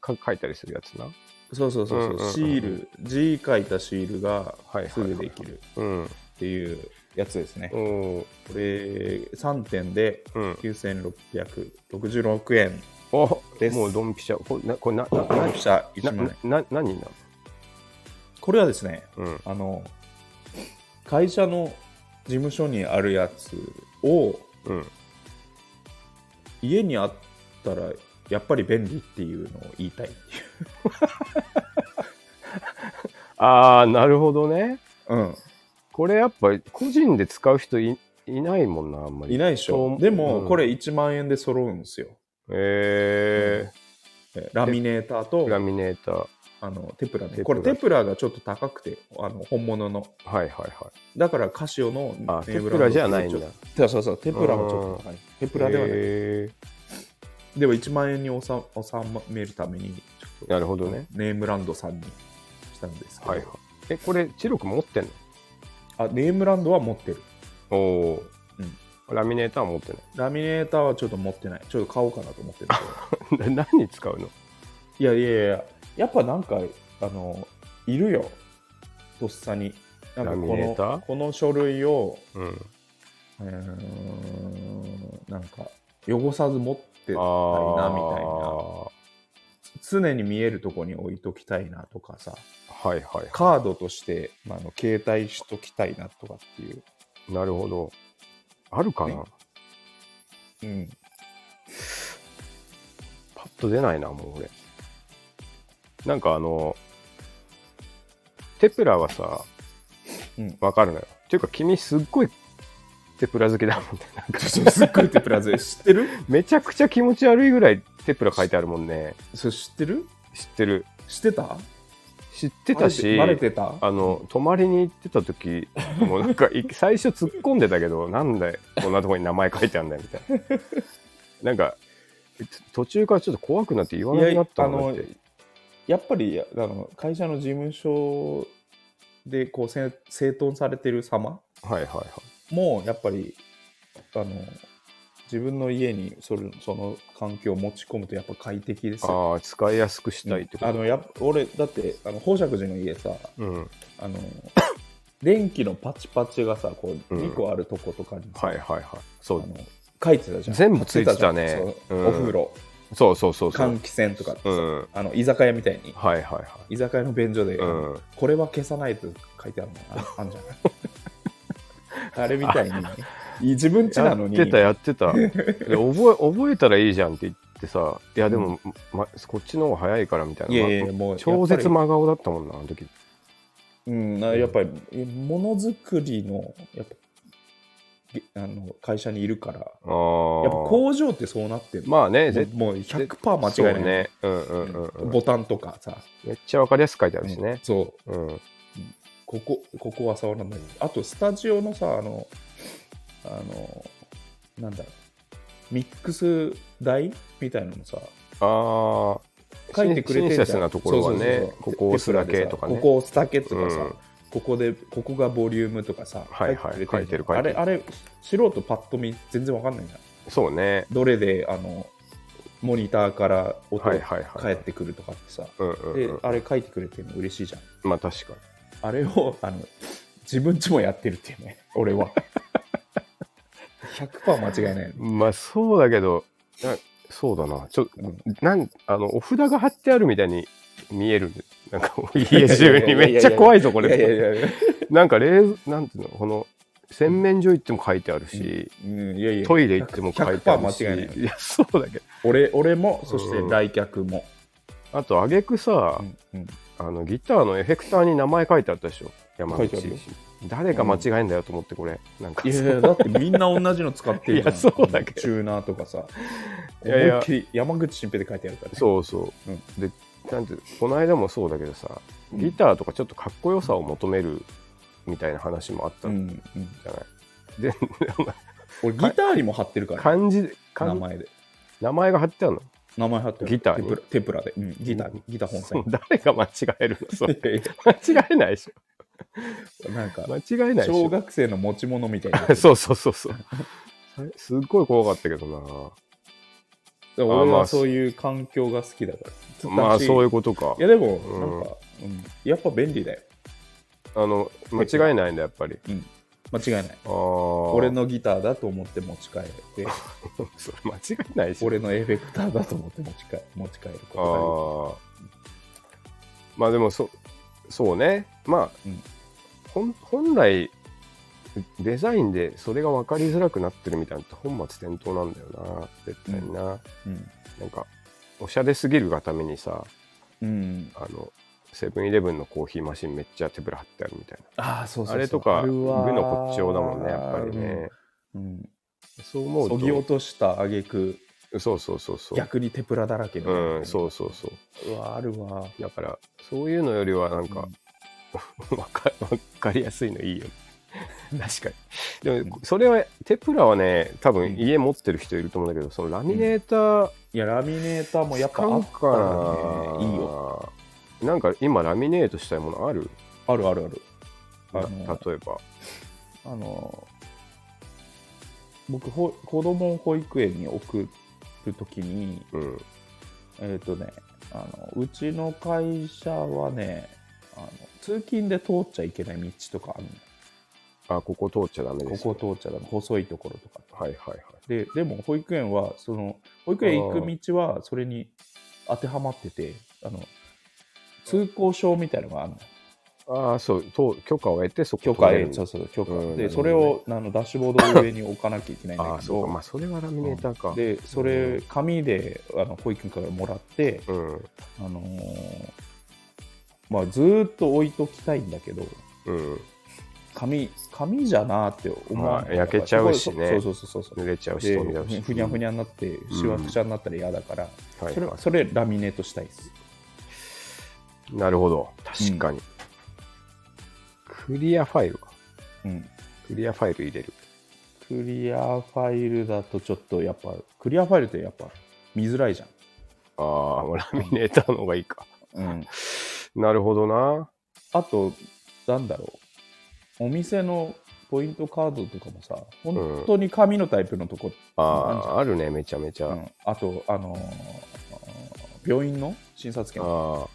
A: か書いたりするやつな。
B: そうそうそうそう,、
A: うんうんうんうん
B: シール字書いたシールが
A: はいはいはい
B: すぐできる
A: うん。
B: っていうやつですね、
A: おー
B: これ3点で
A: うん。
B: 9666円
A: お
B: です
A: もうドンピシャ。これな、これな、な、
B: ドンピシャ1
A: な、
B: 万円
A: な、な、何にな
B: これはですね
A: るの
B: あの会社の事務所にあるやつを
A: うん。うん。
B: 家にあったらやっぱり便利っていうのを言いたいっていう
A: ああ、なるほどね。
B: うん
A: これやっぱり個人で使う人いいないもんな、あんまり。
B: いないでしょ
A: そう
B: でも、
A: うん
B: これ1万円で揃うんですよ
A: え
B: ラミネーター
A: ー、ラ
B: と
A: ミネーター。
B: あのテプラ
A: テ
B: ね
A: プラ
B: これテプラがちょっと高くてあの本物の
A: はいはいは
B: だからカシオの
A: い。あ、
B: ネ
A: テ
B: ー
A: プ
B: ムランド
A: ラじゃないんだ。
B: ちょっとそうそうテプラもちょっと高いテプラではない
A: へ
B: でも1万円に収収めるためにちょっ
A: ー
B: と
A: なるほどね。
B: ネームランドさんにしたんですけど、
A: はいはい。え、これ、チロク持ってん
B: あネームランドは持ってる
A: のおお、
B: うん
A: ラミネーターは持って
B: ラミネーターはちょっと持ってないちょっと買おうかなと思ってる
A: ない。な [laughs] 何に使うの
B: けどいやいやいややっぱなんかあのいるよとっさになんかこ
A: ラミネータ
B: の
A: ー
B: この書類を
A: うん。
B: うーんなんか汚さず持ってたい
A: あ
B: なみたいな
A: は
B: 常に見えるとこに置いときたいなとかさ
A: いはい。
B: カードとして、まあ、あの携帯しときたいなとかっていう
A: なるほど。あるかな、
B: ねうん
A: パッと出ないな、もう俺。なんかあの、テプラはさ、
B: うん
A: わかるのよ。っていうか、君すっごいテプラ好きだもんね。なんか
B: そうすっごいテプラズ知ってる
A: [laughs] めちゃくちゃ気持ち悪いぐらいテプラ書いてあるもんね。
B: [laughs] それ知ってる
A: 知ってる。
B: 知ってた
A: 知ってたし、
B: バレてバレてた
A: あの、泊まりに行ってた時、もうなんか、い [laughs] 最初突っ込んでたけど、なんでこんなとこに名前書いてあんだよ、みたいな。なん [laughs] か、途中からちょっと怖くなって言わなくなったもんだっ
B: いや
A: て。
B: やっぱりあの会社の事務所でこうせ整頓されてる様
A: はいはいはい。
B: もやっぱりあの自分の家にそれその環境を持ち込むとやっぱ快適ですよ。
A: ああ、使いやすくしたいってこと
B: あのやっぱ俺だってあの宝石寺の家さ
A: うん。はい
B: あ
A: [coughs]
B: の電気のパチパチがさこう
A: うん
B: 2個あるとことかにさ、
A: はいはい。そう
B: あの書いてたじゃん。
A: 全部ついてたね
B: 貼ってじゃん
A: うん
B: そうお風呂、
A: そうそうそうそう。
B: 換気扇とかってさ、
A: うん。はい
B: あの居酒屋みたいに、
A: はいはい。
B: 居酒屋の便所で、
A: うん。
B: これは消さないと書いてあるのああんじ
A: [laughs]
B: ゃないあれみたいに、自分家
A: や
B: なの
A: っ
B: に、
A: てたやってたで覚え覚えたらいいじゃんって言ってさいやでも、ま、こっちの方が早いからみたいない
B: やいやもう
A: 超絶
B: やっぱ
A: 真顔だったもんなあの時
B: りうん、なやっぱり、えものづくりの、やっぱ、げあの会社にいるから、やっ
A: ああ
B: ぱ工場ってそうなってる。
A: まあね
B: もう
A: 絶
B: もう100%間違いな
A: そ
B: い
A: うねうんうんうん、うん
B: ボタンとかさ、
A: めっちゃわかりやすく書いてあるしね、
B: そう
A: うん
B: ここここは触らないあとスタジオのさあのあのなんだろうミックス台みたいなのもさ
A: ああ
B: 書いてくれて
A: 親
B: る
A: 切なところはねここを押すだけとかね
B: ここを押すだけとかさ、
A: うん
B: ここでここがボリュームとかさ
A: はいはい
B: 書いてくれてるじゃ
A: 書いてる書い
B: ん
A: てる
B: あれあれ素人パッと見全然わかんないじゃん
A: そうね
B: どれであのモニターから音
A: は
B: が
A: いはいはい
B: 返ってくるとかってさ、
A: うんうん、うん
B: で、あれ書いてくれてるの嬉しいじゃん
A: まあ確かに
B: あれをあの自分ちもやってるっていうね、 [laughs] 俺は。100%間違いない。
A: まあそうだけどなそうだなちょ
B: うん
A: なんあのお札が貼ってあるみたいに見えるなん
B: [laughs]
A: か家中にめっちゃ怖いぞこれ
B: いやいやいや、
A: なんか冷蔵なんていうのこの洗面所行っても書いてあるし、
B: うん、いやいや
A: トイレ行っても書いてあるし
B: 100%間違いない
A: やそうだけど
B: 俺俺も、そして来客も。
A: あと挙句さ、
B: うんうん
A: あのギターのエフェクターに名前書いてあったでしょ山
B: 書いてあ
A: 口
B: るよ
A: 誰が間違えんだよと思ってこれなんか
B: いやいや、だってみんな同じの使ってるじゃん。
A: いやそうだけど
B: チューナーとかさ。
A: いやいや
B: 思いっきり山口新平で書いてあるからね。
A: そうそう、
B: うん
A: でなんてこの間もそうだけどさギターとかちょっとかっこよさを求めるみたいな話もあった
B: うん
A: じ
B: んうん、
A: ゃない、で
B: 俺、ギターにも貼ってるから、
A: 漢字漢
B: 名
A: 字
B: 前で。
A: 名前が貼ってあるの
B: 名前貼ってる。
A: ギター
B: テ
A: に
B: プラテプラで。うんギターに、ギター本
A: そう
B: 線。
A: 誰が間違えるのそ [laughs] れ
B: いやい
A: 間違えないでし
B: や [laughs] なんか
A: ょ、間違えないでし
B: 小
A: ょ
B: 学生の持ち物みたい
A: [laughs]
B: な。
A: そうそうそうそう。それすっごい怖かったけど
B: だから俺はそういう環境が好きだから。。
A: な。まあそういううことか
B: い。やでも、
A: うん
B: なんか、うんやっぱ便利だよ。
A: あの間違いないんだやっぱり。
B: 間違いない。
A: ああ。
B: 俺。のギターだと思って持ち帰って、
A: それ間違いないし。
B: 俺のエフェクターだと思って持ち帰持ち帰る
A: あ
B: こ
A: あ。まあでもそそうね。まあ、
B: うん
A: 本本来デザインでそれが分かりづらくなってるみたいなのって本末転倒なんだよな絶対にな。
B: とができる。
A: なんかおしゃれすぎるがためにさ
B: うん。うん、
A: あのセブンイレブンのコーヒーマシンめっちゃ手ぶら貼ってあるみたいな。
B: ああ、そうそうそう
A: あれとか、
B: う
A: 具
B: わー
A: の骨頂だもんね、やっぱりね。
B: うん。
A: そう
B: う
A: 思
B: んそぎ
A: う
B: 落とした挙句
A: と、そうそうそうそう。
B: 逆に手プラだらけみたいな。
A: うん、そうそうそう
B: わ、あるわ。
A: う。だから、そういうのよりは、なんか、わか [laughs] わかりやすいの
B: [laughs]
A: いいよね。確かに。でも、それは、テプラはね、多
B: うん
A: 分家持ってる人いると思うんだけど、そのラミネーター、
B: いや、ラミネーターもやっ
A: 使
B: ぱあ
A: う
B: った
A: からな、
B: ね、いいよ。
A: なんか今、ラミネートしたいものある
B: あるあるある。あの
A: な例えば。
B: あの僕ほ子供を保育園に送るときに
A: うん。
B: えっ、とねあのうちの会社はねあの通勤で通っちゃいけない道とかある
A: あ、ここ通っちゃダメで
B: の
A: す。
B: ここ通っちゃダメ細いところとか
A: はいはいはい。
B: ででも保育園はその保育園行く道はそれに当てはまっててあの通行証みたいのがあるの
A: ああ、そう、と許可を得て、そこ
B: 許可
A: 止める
B: えそうそう許可、
A: うん
B: でそれをあのダッシュボードの上に置かなきゃいけないんだ
A: [laughs]
B: け
A: あ
B: ど
A: あ、そうか。まあ、それはラミネーターか。
B: でそれ紙であの保育園からもらって、
A: うん。
B: あのーまあ、ずーっと置いときたいんだけど
A: うん。
B: 紙紙じゃなーって思わない、
A: まあ焼けちゃうしね
B: そうそうそうそうそう
A: 濡れちゃうし、
B: で
A: 飛んじゃうし。
B: ふにゃふにゃになって
A: ん
B: しわくちゃになったら嫌だから、
A: はい
B: それ
A: は
B: それラミネートしたいです
A: いなるほど。確かに。クリアファイルか。
B: うん
A: クリアファイル入れる。
B: クリアファイルだとちょっとやっぱクリアファイルってやっぱ見づらいじゃん
A: ああ、もうラミネーターの方がいいか。
B: うん、
A: なるほどな。
B: あと、なんだろう、お店のポイントカードとかもさ、本当に紙のタイプのとこ、
A: あ
B: なんじゃ
A: あ、あるね、めちゃめちゃ。
B: う
A: あ
B: んあと、あのー病院の診察券、
A: あ、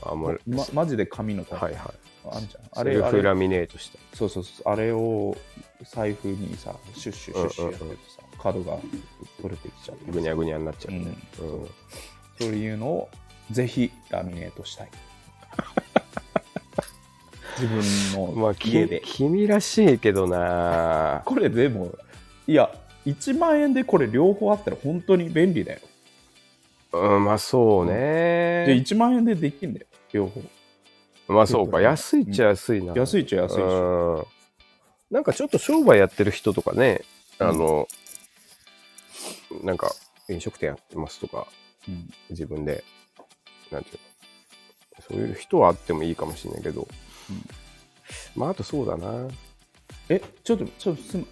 A: あもう、
B: ま、マジで紙のタイプ、
A: はいはい。
B: あんじゃん。あ
A: セ
B: れ、
A: ル
B: あ
A: フラ
B: れ
A: ミネートした。
B: そうそうそう、あれを財布にさ、シュッシュシュッシュやってるとさ、カードが取れてきちゃって
A: ぐにゃぐにゃになっちゃうね、うん
B: そういうのをぜひラミネー
A: [laughs]
B: トしたい自分
A: ま
B: の
A: あき
B: 家で、
A: 君らしいけどな
B: これでもいや1万円でこれ両方あったら本当に便利だよ
A: うんまあそう
B: で
A: ね
B: 1万円でできんだよ両方
A: まあそうか安いっちゃ安いな、
B: 安いっちゃ安いし
A: うんなんかちょっと商売やってる人とかね、あの、なんか飲食店やってますとか、
B: うん
A: 自分で、なんていうの、そういう人はあってもいいかもしれないけど、
B: うん
A: まああとそうだな、
B: えちょっとちょっとすん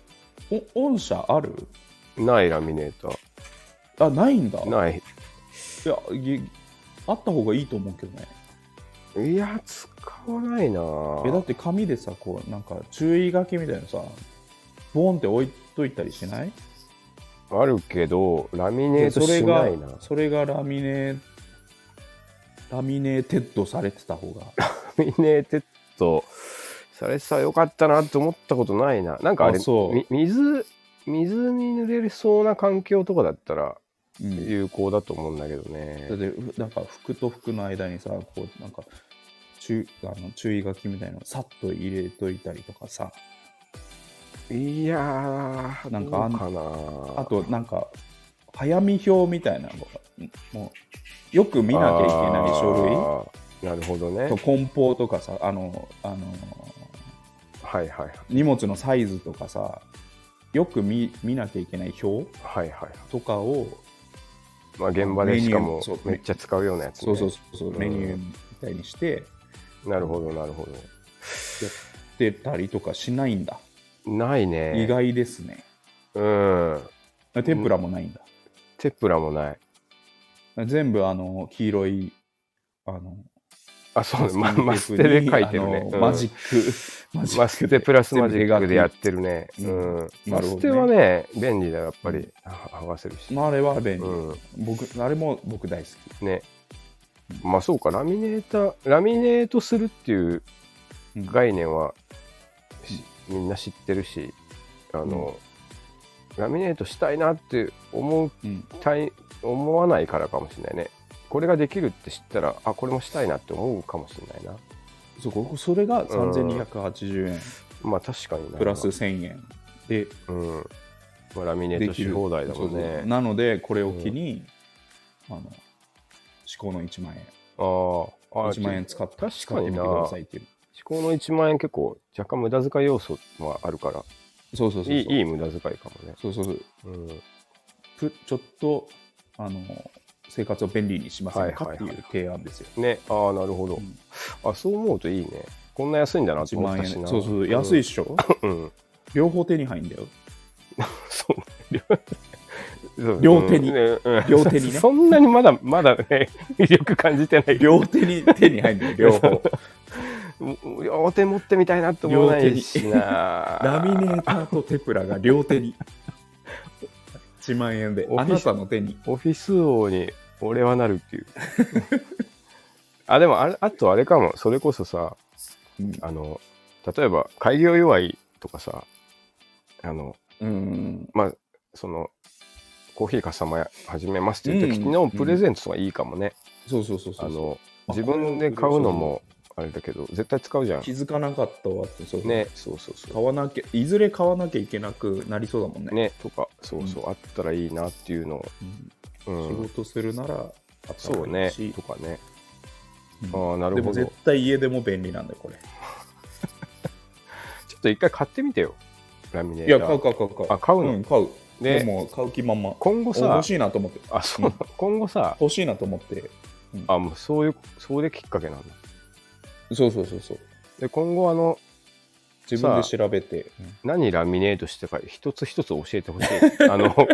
B: お御社ある
A: ないラミネーター、
B: あないんだ
A: ない。
B: いやぎあった方がいいと思うけどね
A: いや、使わないな
B: えだって紙でさこうなんか注意書きみたいなのさボンって置いといたりしない
A: あるけど、ラミネー
B: そ
A: ト
B: れ
A: し
B: が
A: ないな。ラ
B: それがラミネラミネテッドされてた方が
A: ミネーテッドされてたらよかったなって思ったことないな。なんかあれ、
B: あそう
A: み水、水に濡れそうな環境とかだったら、
B: うん
A: 有効だと思うんだけど
B: [laughs] だっ
A: ね。
B: てふなんか服と服の間にさこうなんか注あの注意書きみたいなのさっと入れといたりとかさ
A: いやー、
B: なんかあん
A: どうかな
B: あとなんか早見表みたいなのがんもうよく見なきゃいけない書
A: 類なるほどね。
B: 類と梱包とかさあのあの
A: はいはい
B: 荷物のサイズとかさよく見見なきゃいけない表
A: はいはい。
B: とかを
A: まあ現場でしかも
B: メニューそう
A: めっちゃ使うようなやつ、ね。
B: そうそうそう
A: うん
B: メニューみたいにして
A: なるほどなるほど。
B: 出たりとかしないんだ
A: ないね。
B: 意外ですね
A: うん。
B: 天ぷらもないんだ
A: テプラもない。
B: 全部あの黄色いあの
A: あ、そう、 [laughs] ま、
B: マスキ
A: マステ
B: ングテープ
A: で
B: に
A: 書いてるね
B: あ。の
A: うん
B: マジックマジックで
A: マステプラスマジックでやっ
B: 全
A: てるね。
B: う
A: うんん。
B: な
A: マ
B: るほどね
A: ステはね、便利だよ、やっぱ
B: う
A: り
B: ん。
A: は剥がせるし。
B: 部あれは便利、
A: うん。
B: 僕あれも僕大好き
A: ね。まあそうか、ラミネーター、ラミネートするっていう
B: うん
A: 概念はしみんな知ってるし、あの、ラミネートしたいなって思う
B: うん
A: たい、思わないからかもしれないね。これができるって知ったら、あ、これもしたいなって思うかもしれないな。
B: そこそれが3280円
A: まあ確かにな
B: プラス、1000円で
A: うん。まあ、ラミネー
B: で
A: ト
B: き
A: し
B: る
A: 放題だもん
B: そうそう
A: ね。
B: なのでこれを機に、あの至高の1万円
A: あーあー、
B: 1万円使って
A: 確かにな
B: 使ってみてくださいっていう
A: 思考の1万円結構若干無駄遣い要素はあるから
B: そうそうそうそう
A: いいいい無駄遣いかもね、
B: そうそうそう
A: うん、
B: ぷちょっとあの生活を便利にしませんか
A: はい
B: っ
A: はいは
B: て
A: い
B: いう提案ですよ。
A: ねああなるほど、
B: うん
A: あそう思うといいねこんな安いんだなって
B: 1
A: 思っ
B: 万
A: た
B: 円
A: しな
B: そうそう安いっしょ、
A: うん
B: 両方手に入るんだよ
A: そうね両
B: [laughs] 両手に
A: うんねうん
B: 両手に
A: [laughs]
B: ね
A: そそんなにまだまだね [laughs] 魅力感じてない
B: 両
A: [laughs]
B: 手に手に入るんだよ両方
A: 両手持ってみたいなと思わないしな
B: [laughs] ラ [laughs] ミネーターとテプラが両手に1万円で
A: オフィ
B: あ
A: ス
B: なたの手に
A: オフィス王に俺はなる
B: [laughs]
A: っていうあでもあれあとあれかもそれこそさ
B: うん
A: あの例えば開業弱いとかさあの
B: うん
A: まあそのコーヒーかさまや始めますっていう時の
B: うん
A: プレゼントがいいかもね、
B: そうそうそうそう
A: あの
B: あ
A: 自分で買うのもあれだけど絶対使うじゃん
B: 気づかなかったわってそう、
A: ねそうそうそ
B: 買わなきゃいずれ買わなきゃいけなくなりそうだもん
A: う
B: ね、
A: ねとかそうそう、あったらいいなっていうのを、
B: うん
A: う
B: 仕
A: ん、
B: 事するならあった
A: そう
B: 方がいい
A: ね
B: し
A: とかね
B: うん
A: あーなる
B: で
A: ほ
B: も
A: ど
B: 絶対家でも便利なんだよこれ
A: ちょっと一回買ってみてよラミネー
B: い
A: ター
B: や買う買う買う買う
A: あ買うの
B: ん、買う
A: で
B: でもう買う気まんま
A: 今後
B: お
A: さ
B: 欲しいなと思って
A: あそうなの今後さ
B: 欲しいなと思って
A: あもうそういうそうできっかけなんだ
B: そうそうそうそう
A: で今後あの
B: 自分で調べてうん
A: 何ラミネートしてか一つ一つ教えてほしい
B: [laughs]
A: あのこ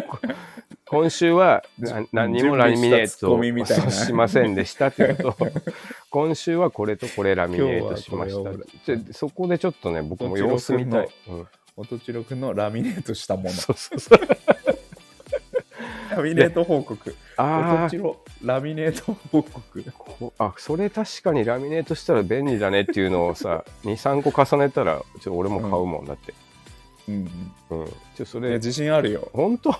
A: 今週はな何もラミネート
B: 準備したツッコミみたいな
A: をしませんでしたっていうこと [laughs] 今週はこれとこれラミネートしま
B: 今日はこ
A: し
B: れ
A: た
B: を
A: でそこでちょっとね僕も様子見たい、うん、
B: 音千代くんのラミネートしたも
A: そうそうそう
B: のラミネート報告
A: あ
B: 音
A: ー
B: 千代ラミネート報告
A: こあそれ確かにラミネートしたら便利だねっていうのをさ23個重ねたらちょっと俺も買うもんだって、
B: うんうん、
A: うん。ちょ、そ
B: いや
A: れ、
B: 自信あるよ。
A: 本 [laughs] 当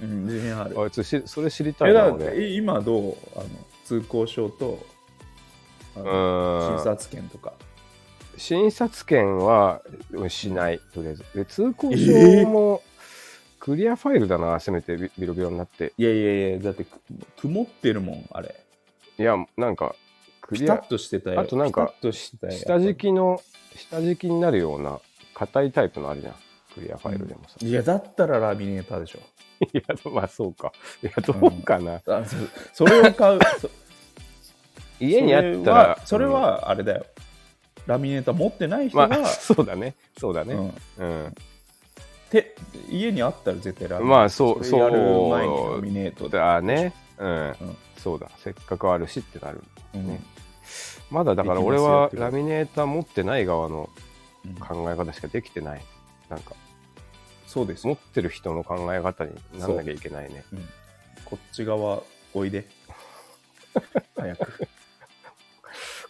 B: うん、自信ある。
A: あいつし、それ知りた
B: え
A: い
B: だ
A: な、
B: って
A: 俺。
B: い今どうあの通行証とあ
A: う
B: の
A: ーん
B: 診察券とか。
A: 診察券はうんしない、とりあえず。で、通行
B: えー
A: 証も、クリアファイルだな、せめてビビロビロになって。
B: いやいやいや、だってく曇ってるもん、あれ。
A: いや、なんか、ク
B: ピ
A: リ
B: タ
A: ア
B: ッ、としてたよ。
A: あとなんか
B: ピタッとしてたよ。
A: 下敷きの、下敷きになるような、硬いタイプのあるじゃん。クリアファイルでもさ。
B: いや、だったらラミネーターでしょ。
A: [laughs] いや、まあそうか。いや、どうかな。
B: あ
A: [laughs]
B: そそれを買う。そ
A: 家にあったら。
B: それは、それはあれだよ。ラミネーター持ってない
A: うん、
B: 人が、
A: まあ、そうだね。そうだ
B: う
A: ね。
B: ん
A: うん。
B: て家にあったら絶対ラミネーター。
A: まあそう
B: れやる
A: そう
B: 前にラミネートで。
A: だね。うん
B: ん。
A: そうだ。せっかくあるしってなる。
B: うん
A: ねまだだから
B: できま
A: 俺
B: すよ
A: は
B: ってこ
A: ラ
B: と
A: ミネーター持ってない側の
B: うん
A: 考え方しかできてない。なんか、
B: そうです
A: 持
B: よ。
A: ってる人の考え方になんなきゃいけないね。
B: うんこっち側、お
A: [laughs]
B: いで。早く。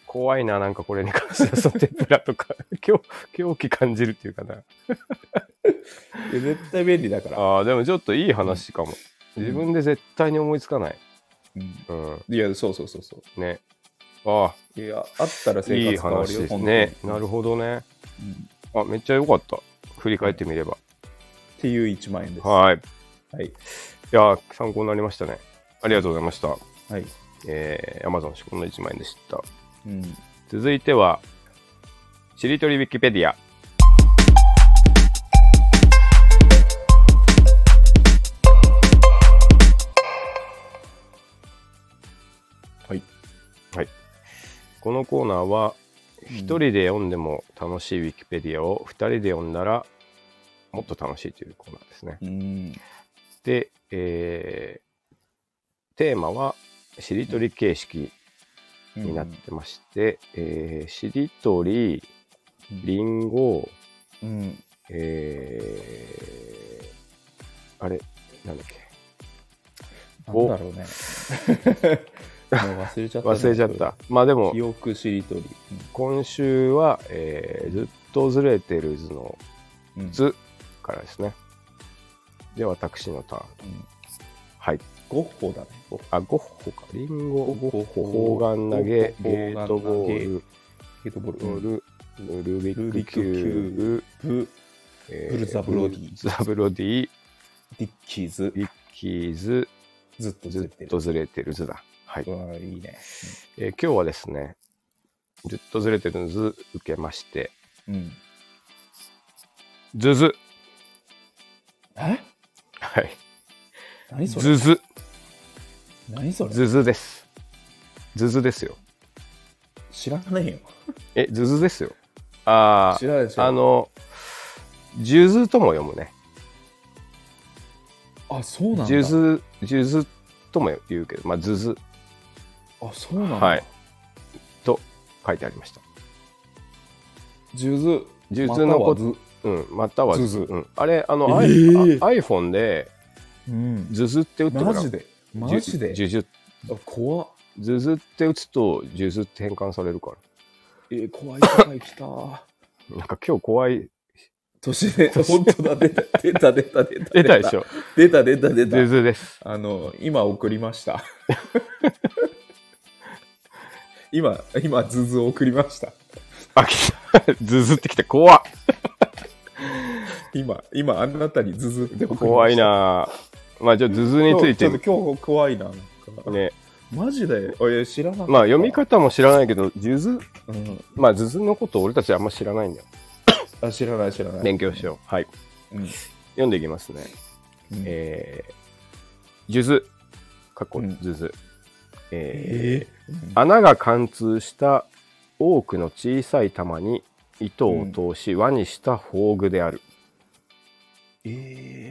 A: 怖いな、なんかこれに関しては、そうテプラと
B: [laughs]
A: か、狂狂気感じるっていうかな。
B: いや絶対便利だから。
A: ああ、でもちょっといい話かも。
B: うん
A: 自分で絶対に思いつかない。
B: うん
A: うん。
B: いや、そうそうそうそ
A: ね。あ
B: う。いや、あったら
A: あ、い
B: 生
A: い
B: 活変わる
A: 話
B: よ、
A: です
B: 本当に
A: ね。なるほどね。
B: うんっ
A: あ、めっちゃ良かった。振り返ってみれば。
B: ていう1万円です。
A: はい。
B: はい。
A: いやー、参考になりましたね。ありがとうございました。
B: はい。
A: えー、Amazon 仕込んの1万円でした。
B: うん。
A: 続いては、しりとりウィキペディア。
B: はい。
A: このコーナーは、一人で読んでも楽しいウィキペディアを二人で読んだらもっと楽しいというコーナーですね。
B: うん。
A: で、えーテーマは、しりとり形式になってまして、えーしりとり、りんご、
B: うん。
A: えーあれ、なんだっけ。
B: なんだ
A: [laughs]
B: ろうね。もう忘れちゃった、
A: 忘れちゃった。。まあでも
B: 記、憶しりとり。
A: 今週は、えーずっとずれてる図の
B: うん。うん
A: 図からですね。で、私のターン。
B: うん
A: はい。
B: ゴッホだね。ゴッホ
A: あ、ゴッホか。リンゴ、
B: ゴ
A: ゴ
B: ッホ
A: ッホ、砲丸投げ、
B: ゴ
A: ゲ
B: ッホ
A: ートボ
B: 砲丸投げ
A: ール、
B: ゲートボール。
A: ボー
B: ル
A: ル、ルービッ
B: ルービ
A: クキ
B: ックキュ
A: ュ
B: ー
A: ーブ、
B: ブ、
A: え
B: ブルザブロディ
A: ブルザブロディ、
B: ディッキーズ。
A: リッキーズ、
B: ずっとず
A: ず
B: れて
A: っ
B: る。
A: とずれてる図だ。はい。
B: うわいいね。
A: えー今日はですね、ずっとずれてる図受けまして、
B: うん。
A: ズズ。
B: え
A: はい。
B: 何それ
A: ズズ。
B: 何それ
A: ズズです。ズズですよ。
B: 知らないよ。
A: え、ズズですよ。あ
B: 知らないでしょ。
A: あ、あ、の、数珠とも読むね。
B: あ、そうなんだ。
A: 数珠、数珠とも言うけど、まあ、ズズ
B: あ、そうなんだ。
A: はい。と書いてありました。
B: 数珠。
A: 数珠のこ
B: または
A: うん、または
B: ズズ
A: うん、あれ、あの、ア
B: え
A: イ
B: ー
A: あ iPhone で、
B: 図うん。
A: ズズって打って
B: マジでマジで
A: ジュジュ
B: あ怖っ。
A: ズズって打つと、ジュズって変換されるか
B: えー怖い世界来
A: [laughs]
B: た。
A: ら。なんか今日怖い。
B: 年で、本当だ、出た、出た、出た、出た。
A: 出たでし
B: ょ。
A: ょ。
B: 出た、出た、出
A: ズ
B: た。
A: ズです。
B: あの、今送り
A: [laughs]
B: ました。今、今、ズズを送りました。
A: あ、来た。ズズってきて怖っ。
B: 今、今、あなたにズズで送りました
A: 怖い。なぁまあ、じゃあ、ズズについて
B: ちょっと今日怖いな。なんか
A: ね。
B: マジであいや知らなかった。
A: まあ、読み、方も知らないけど、数珠、
B: うん、
A: まあ、数珠のこと俺たちあんま知らないんだよ。
B: あ知らない、知らない。
A: 勉強しよう。はい。
B: うん。
A: 読んでいきますね。
B: うん
A: えー、数珠、過去
B: うん
A: 数珠。えー
B: えー
A: 穴が貫通した多くの小さい玉に糸を通し、輪にした宝具である。
B: え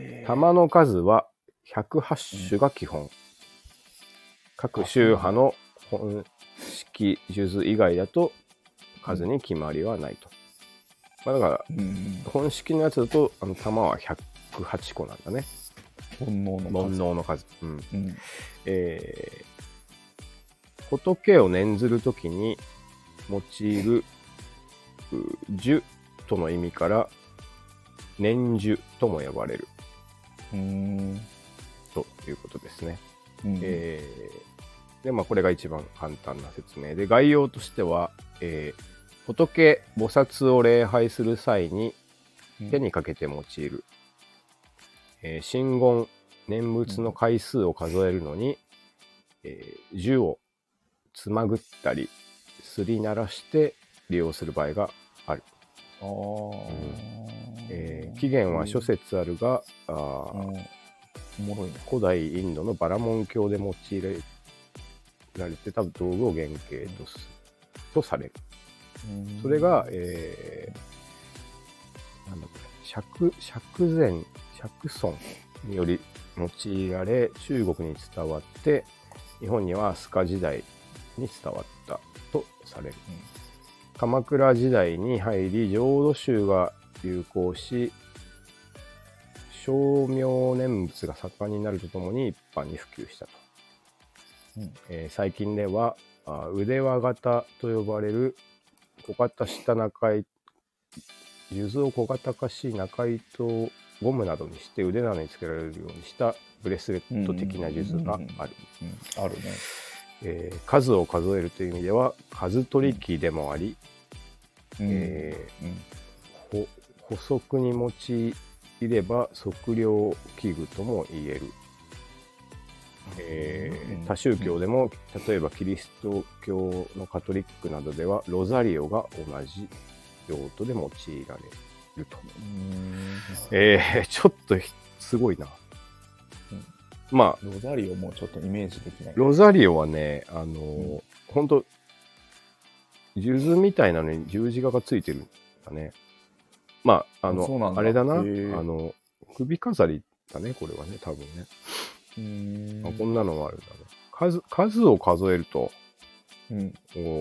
B: ー
A: 玉の数は108種が基本。各宗派の本式数珠以外だと数に決まりはないと。まあ、だから、
B: うん
A: 本式のやつだと、あの玉は108個なんだね。
B: 煩悩
A: 煩
B: の数
A: 悩の数。うん。
B: うん
A: えー仏を念ずるときに用いる「う呪」との意味から「年樹とも呼ばれる
B: うん
A: ということですね。
B: うん
A: えーで、まあ、これが一番簡単な説明で、概要としては、えー仏、菩薩を礼拝する際に手にかけて用いる。えー真言、念仏の回数を数えるのに、えー銃をつまぐったり、すり鳴らして利用する場合がある。
B: あー
A: えー起源は諸説あるが、あー
B: うんおもろいな。
A: 古代インドのバラモン教で用いられてた道具を原型とすとされる。それが、えー、なんだこれ、釈、釈禅、釈尊により用いられ、中国に伝わって、日本には飛鳥時代に伝わったとされる。鎌倉時代に入り浄土宗が流行し称名念仏が盛んになるとともに一般に普及したと、
B: うん
A: えー最近ではあ腕輪型と呼ばれる小型下中井数珠を小型化し中井とゴムなどにして腕などにつけられるようにしたブレスレット的な数珠がある
B: うんあるね。
A: えー数を数えるという意味では数取り機でもあり、
B: うん
A: えー
B: うん
A: ほ補足に用いれば測量器具とも言える、えー
B: うん
A: 他宗教でも、例えばキリスト教のカトリックなどではロザリオが同じ用途で用いられると、
B: うん
A: えーちょっとひすごいな、
B: うん
A: まあ
B: ロザリオもちょっとイメージできない。
A: ロザリオはねあのー
B: う
A: ほんと数珠みたいなのに十字架がついてるんだねまああの
B: あそうなんだ
A: あれだなあ
B: へえ
A: の首飾りだねこれはね多分ね、
B: うん
A: あこんなのもあるんだね数数を数えると
B: うん
A: も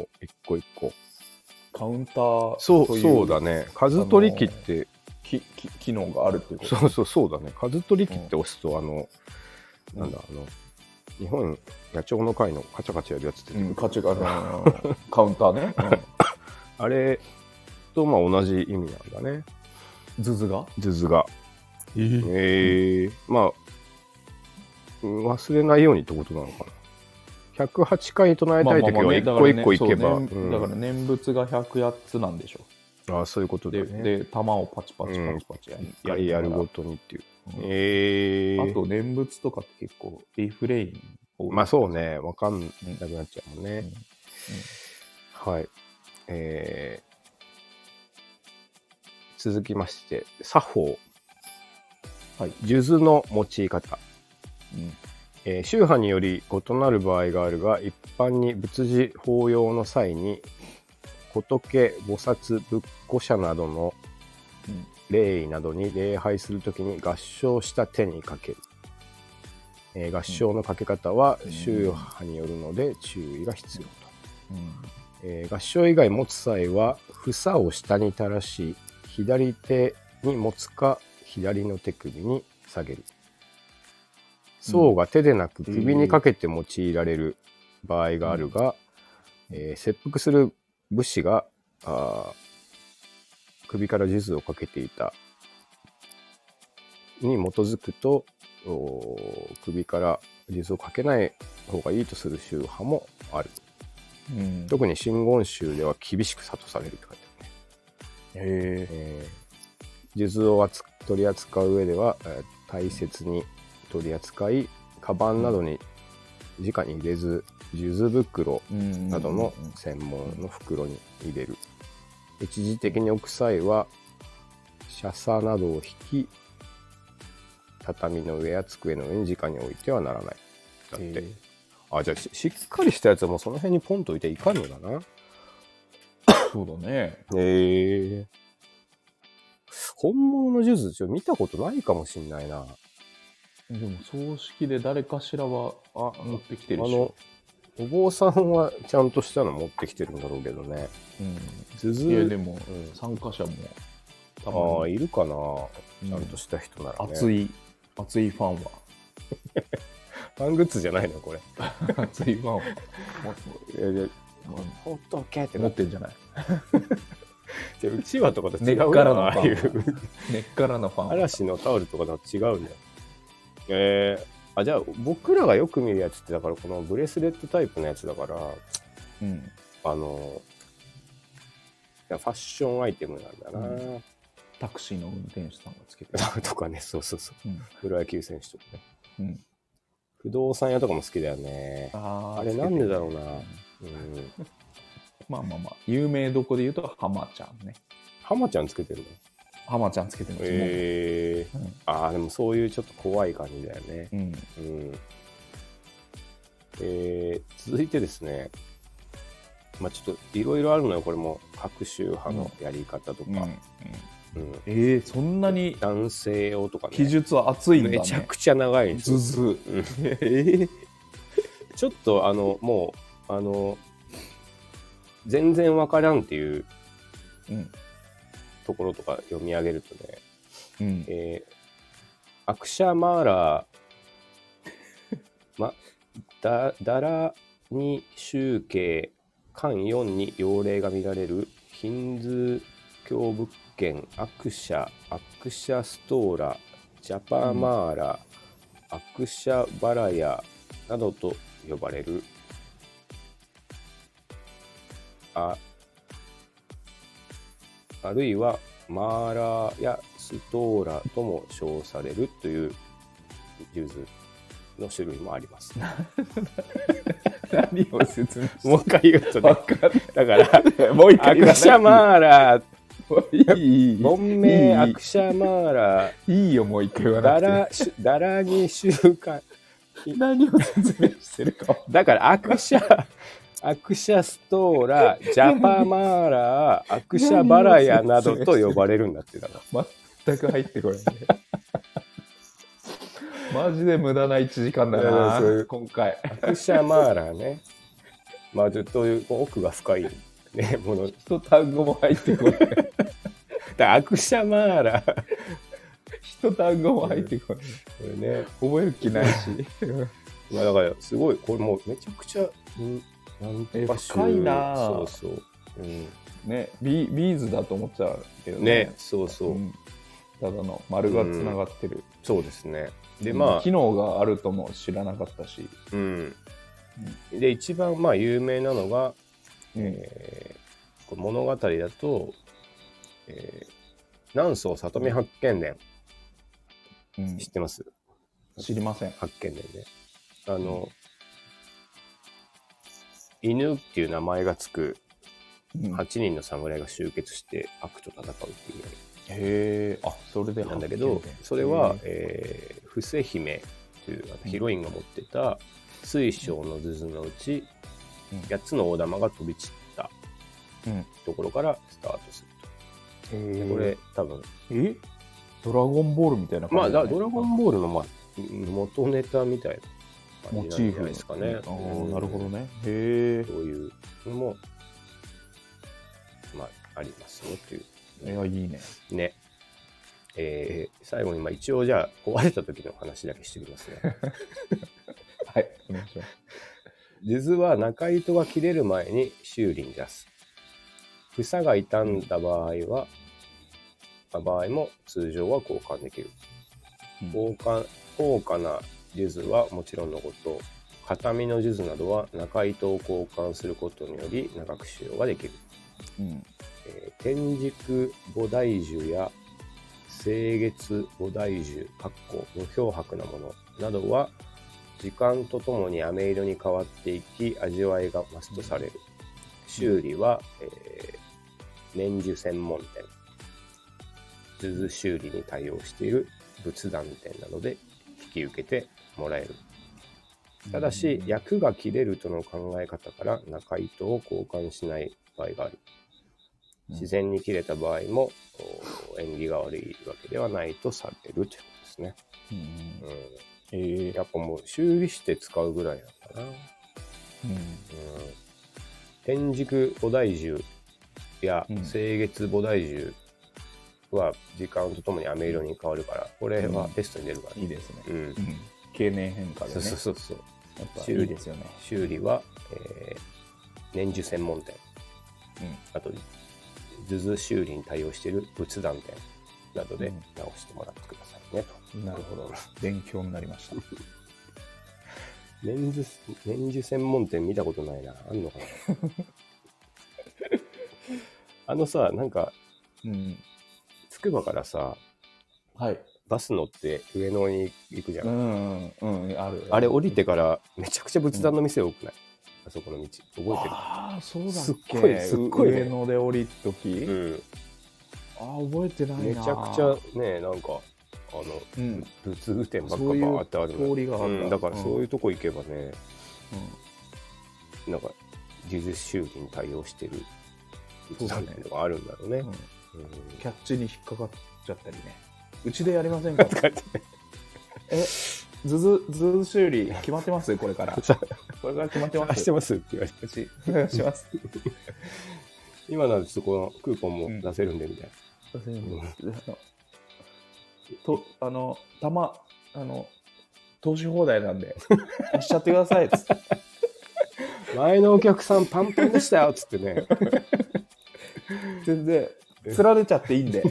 A: う一個一個
B: カウンター
A: そう
B: とい
A: そうだね数取り機って、
B: きき機能があるっていうこと
A: そうそうそうだね数取り機って押すと、あの
B: うん
A: なんだあの日本野鳥の会のカチャカチャやるやつって、
B: うん、価値がある
A: [laughs]
B: うんカウンターね。
A: あれとまあ同じ意味なんだね
B: うんズズが
A: 図図が
B: え
A: えー、まあ、うん忘れないようにってことなのかな。108回唱えたいときは一個一個いけば、
B: だから,、
A: うん
B: だから念仏が108つなんでしょ。
A: ああそういうことだ
B: で、
A: ね。
B: で、玉をパチパチパチパチやり,、
A: やりやるごとにっていう。
B: うん
A: えー、
B: あと、念仏とかって結構、リフレインを。
A: まあそうね、わかんなくなっちゃうもんね。はい。えー、続きまして、作法、
B: はい。
A: 数珠の用い方。
B: うん
A: えー宗派により異なる場合があるが一般に仏事法要の際に仏菩薩仏庫者などの
B: うん
A: 霊位などに礼拝するときに合唱した手にかける、えー合唱のかけ方は
B: うん
A: 宗派によるので注意が必要と、
B: うん
A: えー合掌以外持つ際は房を下に垂らし左手に持つか左の手首に下げる層が手でなく首にかけて用いられる場合があるが、
B: うん
A: えー切腹する武士があー首から数珠をかけていたに基づくとおー首から数珠をかけない方がいいとする宗派もある。
B: うん
A: 特に真言宗では厳しく諭されるって書いてあるね。
B: へえ。
A: えー、数珠を扱取り扱う上では、えー大切に取り扱い、カバンなどに直に入れず、数珠袋などの専門の袋に入れる。一時的に置く際は、車差などを引き、畳の上や机の上に直に置いてはならない。だって。
B: へえ
A: あ、じゃあししっかりしたやつはもうその辺にポンと置いていかんのだな。
B: そうだね。
A: へえ。本物のジューズ、ちょっと見たことないかもしんないな。
B: でも、葬式で誰かしらはあ持ってきて
A: あ
B: るでしょ
A: の。、お坊さんはちゃんとしたの持ってきてるんだろうけどね。
B: うん
A: ズズ
B: いや、でも、
A: うん
B: 参加者も、た
A: ああ、
B: まに
A: いるかな。ちゃん
B: ん
A: とした人ならね。
B: 熱い、熱いファンは。 [laughs]
A: ファングッズじゃないの、これ。
B: 熱いファンは。
A: いやいや、ほっとけって
B: 持
A: な
B: っ
A: って
B: んじゃない
A: じゃあうちわとかと
B: 根
A: 違
B: っ
A: う
B: からの
A: な
B: フ
A: ああい
B: ァン
A: う
B: 根っからのファンは。
A: 嵐のタオルとかだと違うんだよえーあじゃあ僕らがよく見るやつってだからこのブレスレットタイプのやつだから
B: うん。
A: あのいやファッションアイテムなんだな、
B: タクシーの運転手さんがつけてる。
A: [laughs] とかねそうそうそう
B: うん。
A: プロ野球選手とかね
B: うん、
A: 不動産屋とかも好きだよね
B: あー
A: あれ
B: つけてる
A: なんでだろうなうん
B: まあまあまあ、有名どこで言うと、浜ちゃんね。
A: 浜ちゃんつけてるの
B: 浜ちゃんつけてるんです
A: えー
B: うん
A: ああでもそういうちょっと怖い感じだよね
B: もううん。
A: うんえー続いてですね、まあ、ちょっといろいろあるのよ、これも各宗派のやり方と
B: うんう
A: か
B: ん、
A: うん
B: えー、そんなに
A: 男性用とかね、
B: 記述は熱いんだね。
A: めちゃくちゃ長いんですよ
B: ず
A: [laughs]
B: ず。
A: うん
B: えー
A: ちょっとあのもうあの全然わからんっていう
B: うん。
A: ところとか読み上げるとね、
B: うん。
A: えーアクシャマーラー、ま、だダラに宗慶漢4に妖霊が見られるヒンズー教仏剣アクシャアクシャストーラジャパマーラ、アクシャバラヤなどと呼ばれるああるいはマーラーやストーラとも称されるというジューズの種類もあります。
B: 何を説明して
A: もう一回言うと
B: わ
A: ね、
B: かん
A: だから、
B: ない。もう一
A: ア
B: 回
A: クシャ
B: ー
A: マーラー、
B: いい。
A: 本
B: いい
A: 命アクシャマーラー、
B: いいよ、もう一回言わ
A: ダ
B: なくて。
A: ラ、ダラに習慣。
B: 何を説明してるか。
A: だから、アクシャ、アクシャストーラ、ジャパマーラー、アクシャバラヤなどと呼ばれるんだってだから。
B: 全く入ってこない、
A: [laughs]
B: ね。マジで無駄な1時間だ
A: いやいや
B: な
A: そういう、
B: 今回。
A: アクシャマーラーね。まあ、ちょっと奥が深い、ね、もの
B: 一単語も入って
A: [laughs]
B: こない。
A: だアクシャマーラー。
B: 一単語も入ってこない。
A: これね。
B: 覚える気ないし。
A: まあだから、すごい、これもうめちゃくちゃ、うん、なんとか
B: え深いなあ
A: そうそう。う
B: ねビ、ビーズだと思っちゃうけ
A: ん、
B: どね。
A: ね、そうそう。
B: うんただの丸がつながってる。
A: そうですね。で、ま
B: 機能があるとも知らなかったし。
A: あ、うん。で、一番、まあ、有名なのが、
B: うん
A: えーこれ物語だと、えー、南宋里見八犬伝、
B: うん
A: 知ってます
B: 知りません。
A: 八犬伝ね。あの、犬っていう名前がつく
B: うん
A: 8人の侍が集結して悪と戦うっていう
B: へえ、あそれで
A: なんだけど、それは、えー、伏せ姫というあの
B: うん
A: ヒロインが持ってた水晶の頭のうち
B: うん
A: 8つの大玉が飛び散った
B: うん
A: ところからスタートすると。でこれ多分、
B: えドラゴンボールみたいな
A: まあ、
B: じだ
A: だ
B: ね
A: ドラゴンボールの、まあ、元ネタみたいな感
B: モ
A: じ
B: チ
A: なん
B: ー
A: じ
B: フ
A: ゃない
B: で
A: です
B: す
A: か
B: か
A: ね
B: ね。。あーなるほどね。へ
A: そういうのも、まあ、ありますよという。
B: え。いや、いいね。
A: ね。えー最後に、まあ、一応じゃあ壊れた時の話だけしておきますね。
B: はい、お願いします。
A: 数珠は中糸が切れる前に修理に出す。房が傷んだ場合は、まあ場合も通常は交換できる。
B: お
A: 高価高価な数珠はもちろんのこと、形見の数珠などは中糸を交換することにより長く使用ができる。
B: うん
A: えー天竺菩提樹や清月菩提樹、かっこ無漂白なものなどは、時間とともに飴色に変わっていき、味わいがマストされる。修理は、えー年中専門店、数珠修理に対応している仏壇店などで引き受けてもらえる。ただし、役が切れるとの考え方から中糸を交換しない場合がある。
B: うん
A: 自然に切れた場合も、お縁起が悪いわけではないとされるということですね。
B: うん
A: う
B: え
A: ん、
B: ー
A: やっぱもう修理して使うぐらいなんだな。うん、天竺菩提樹や
B: うん
A: 清月菩提樹は時間とともに飴色に変わるから、これはテストに出るから
B: うんいいですね。
A: うん。
B: うん経年変化で
A: そ
B: ね
A: う。そうそうそう。
B: やっぱいいですよね。
A: 修理は、えー年中専門店。
B: うん
A: あと、
C: 数珠修理に対応している仏壇店など
B: う
C: で
B: ん
C: 直してもらってくださいねと。
B: なるほど。勉強になりました。
C: メンズ、メンズ専門店見たことないな。あんのかな
B: [laughs]
C: あのさ、なんか、
B: うん。
C: つくばからさ、
B: はい。
C: バス乗って上野に行くじゃん。
B: うん、うん、うん、ある。
C: あれ降りてから、めちゃくちゃ仏壇の店多くない、あそこの道。覚
B: ああ、そうだっけ
C: すっごいすっごいね
B: 上野で降りるとき、
C: えてる。
B: ああ、覚えてな
C: う
B: い
C: ん。
B: な。
C: めちゃくちゃね、なんか、あの、
B: うん。
C: 仏具店ばっかバ
B: そういう
C: ーってあるの
B: 通りがあった
C: うんだからそういうとこ行けばね、
B: う
C: なんか技術修理に対応してる
B: そうだ
C: なん
B: ね
C: ていうのがあるんだろうね
B: んうん。
C: うん
B: キャッチに引っかかっちゃったりね。うちでやりませんかえ、ズズ、ズズ修理決まってますこ
C: [laughs]
B: れから。これから決まってま
C: あ
B: す
C: してますって言われて
B: うち、お願いします。
C: 今なんでそこのクーポンも出せるんでみたい
B: [laughs] と、あの、たま、あの、投資放題なん
C: [laughs]
B: で、貸しちゃってくださいっつって。
C: な、前のお客さんパンパンでしたよっつってね
B: 全然、つられちゃってい
C: [laughs]
B: いんで、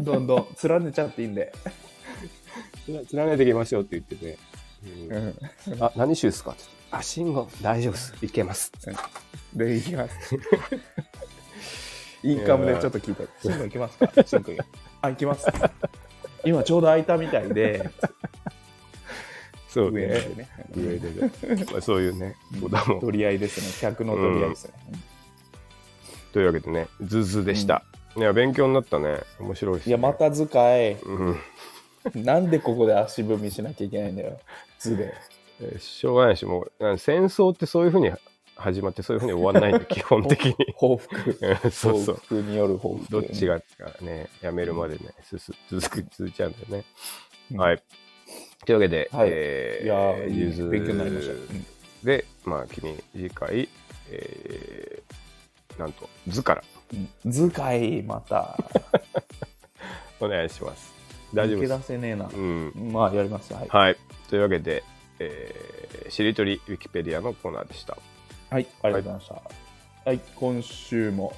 B: どんどん、つられちゃっていいんで。
C: つらねていきましょうって言ってね、うん
B: ん。
C: あ何州っすかって言ってあ信号大丈夫っすいけます
B: で、いき
C: [laughs]
B: ます。インカムでちょっと聞いて、シン行きますかシン君。あ、行きます。今ちょうど空いたみたいで、
C: [laughs] そう
B: 上
C: ね
B: でね。
C: 上でね、まあ、そういうねボタンも
B: 取り合いですね。客の取り合いですね。
A: というわけでねズズでした、いや勉強になったね面白いです、ね、
B: いや、また図解。
A: うん
B: なんでここで足踏みしなきゃいけないんだよ。図で。
A: えーしょうがないしもうあ戦争ってそういうふうに始まってそういうふうに終わんないんで基本的
B: [laughs]
A: に
B: 報復。
A: うん [laughs] そうそ
B: 報
A: う
B: 復による報復。
A: どっちがからねやめるまでねすす続く続いちゃうんだよね、
B: うん
A: はいというわけで、
B: はい
A: えー
B: いやー、いいね
A: ゆず
B: 勉強になりました。うん
A: でまあ君次回、えーなんと図から
B: うん図解、また。
A: お願いします大丈夫で
B: 抜け
A: す
B: 出せねえな
A: う。ん
B: まあ、やります。はい。
A: はい。というわけで、えーしりとりウィキペディアのコーナーでした。
B: はい、ありがとうございました。はい、今週も、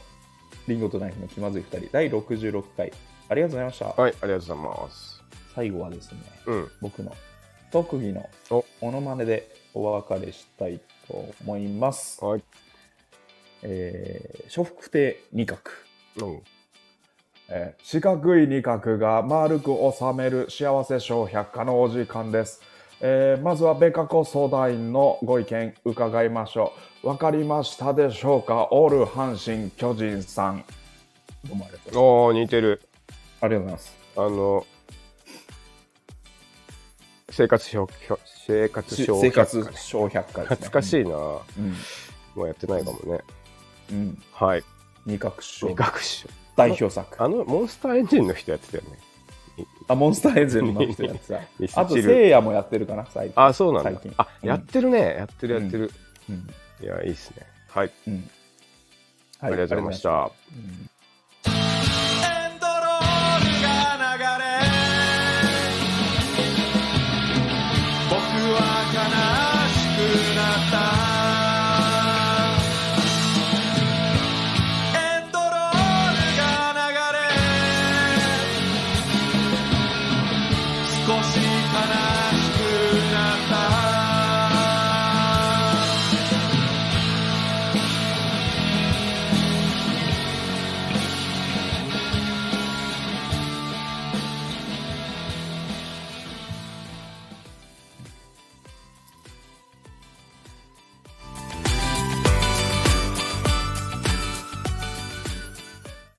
B: リンゴとナイフの気まずい2人、第66回、ありがとうございました。
A: はい、ありがとうございます。
B: 最後はですね、
A: うん。
B: 僕の特技の
A: お
B: モノマネでお別れしたいと思います。
A: はい。
B: えー、諸福亭二角。
A: うん。
B: えー四角い二角が丸く収める幸せ小百科のお時間です。えーまずはベカコ相談員のご意見伺いましょう。わかりましたでしょうかオール阪神巨人さん。どうもありがとうございます。
A: おー、似てる。
B: ありがとうございます。
A: あの、生活小百生活小
B: 生
A: 百科ね
B: 活小百科ですね。
A: 懐かしいな。も
B: うん。
A: うやってないかもね。
B: うん。うん。
A: はい。
B: 二角小
A: 味覚書。
B: 代表作。
A: あの、モンスターエンジンの人やってたよね。
B: あ、モンスターエンゼルの人や [laughs] つだ
A: ミスチル
B: あと、せいやもやってるかな、最近。
A: あ、そうなんだ
B: 最近。
A: あ、
B: うん
A: やってるね。やってるやってる。
B: うん。
A: いや、いいっすね。はい。
B: うん。は
A: ありがとうございまし。た。
B: うん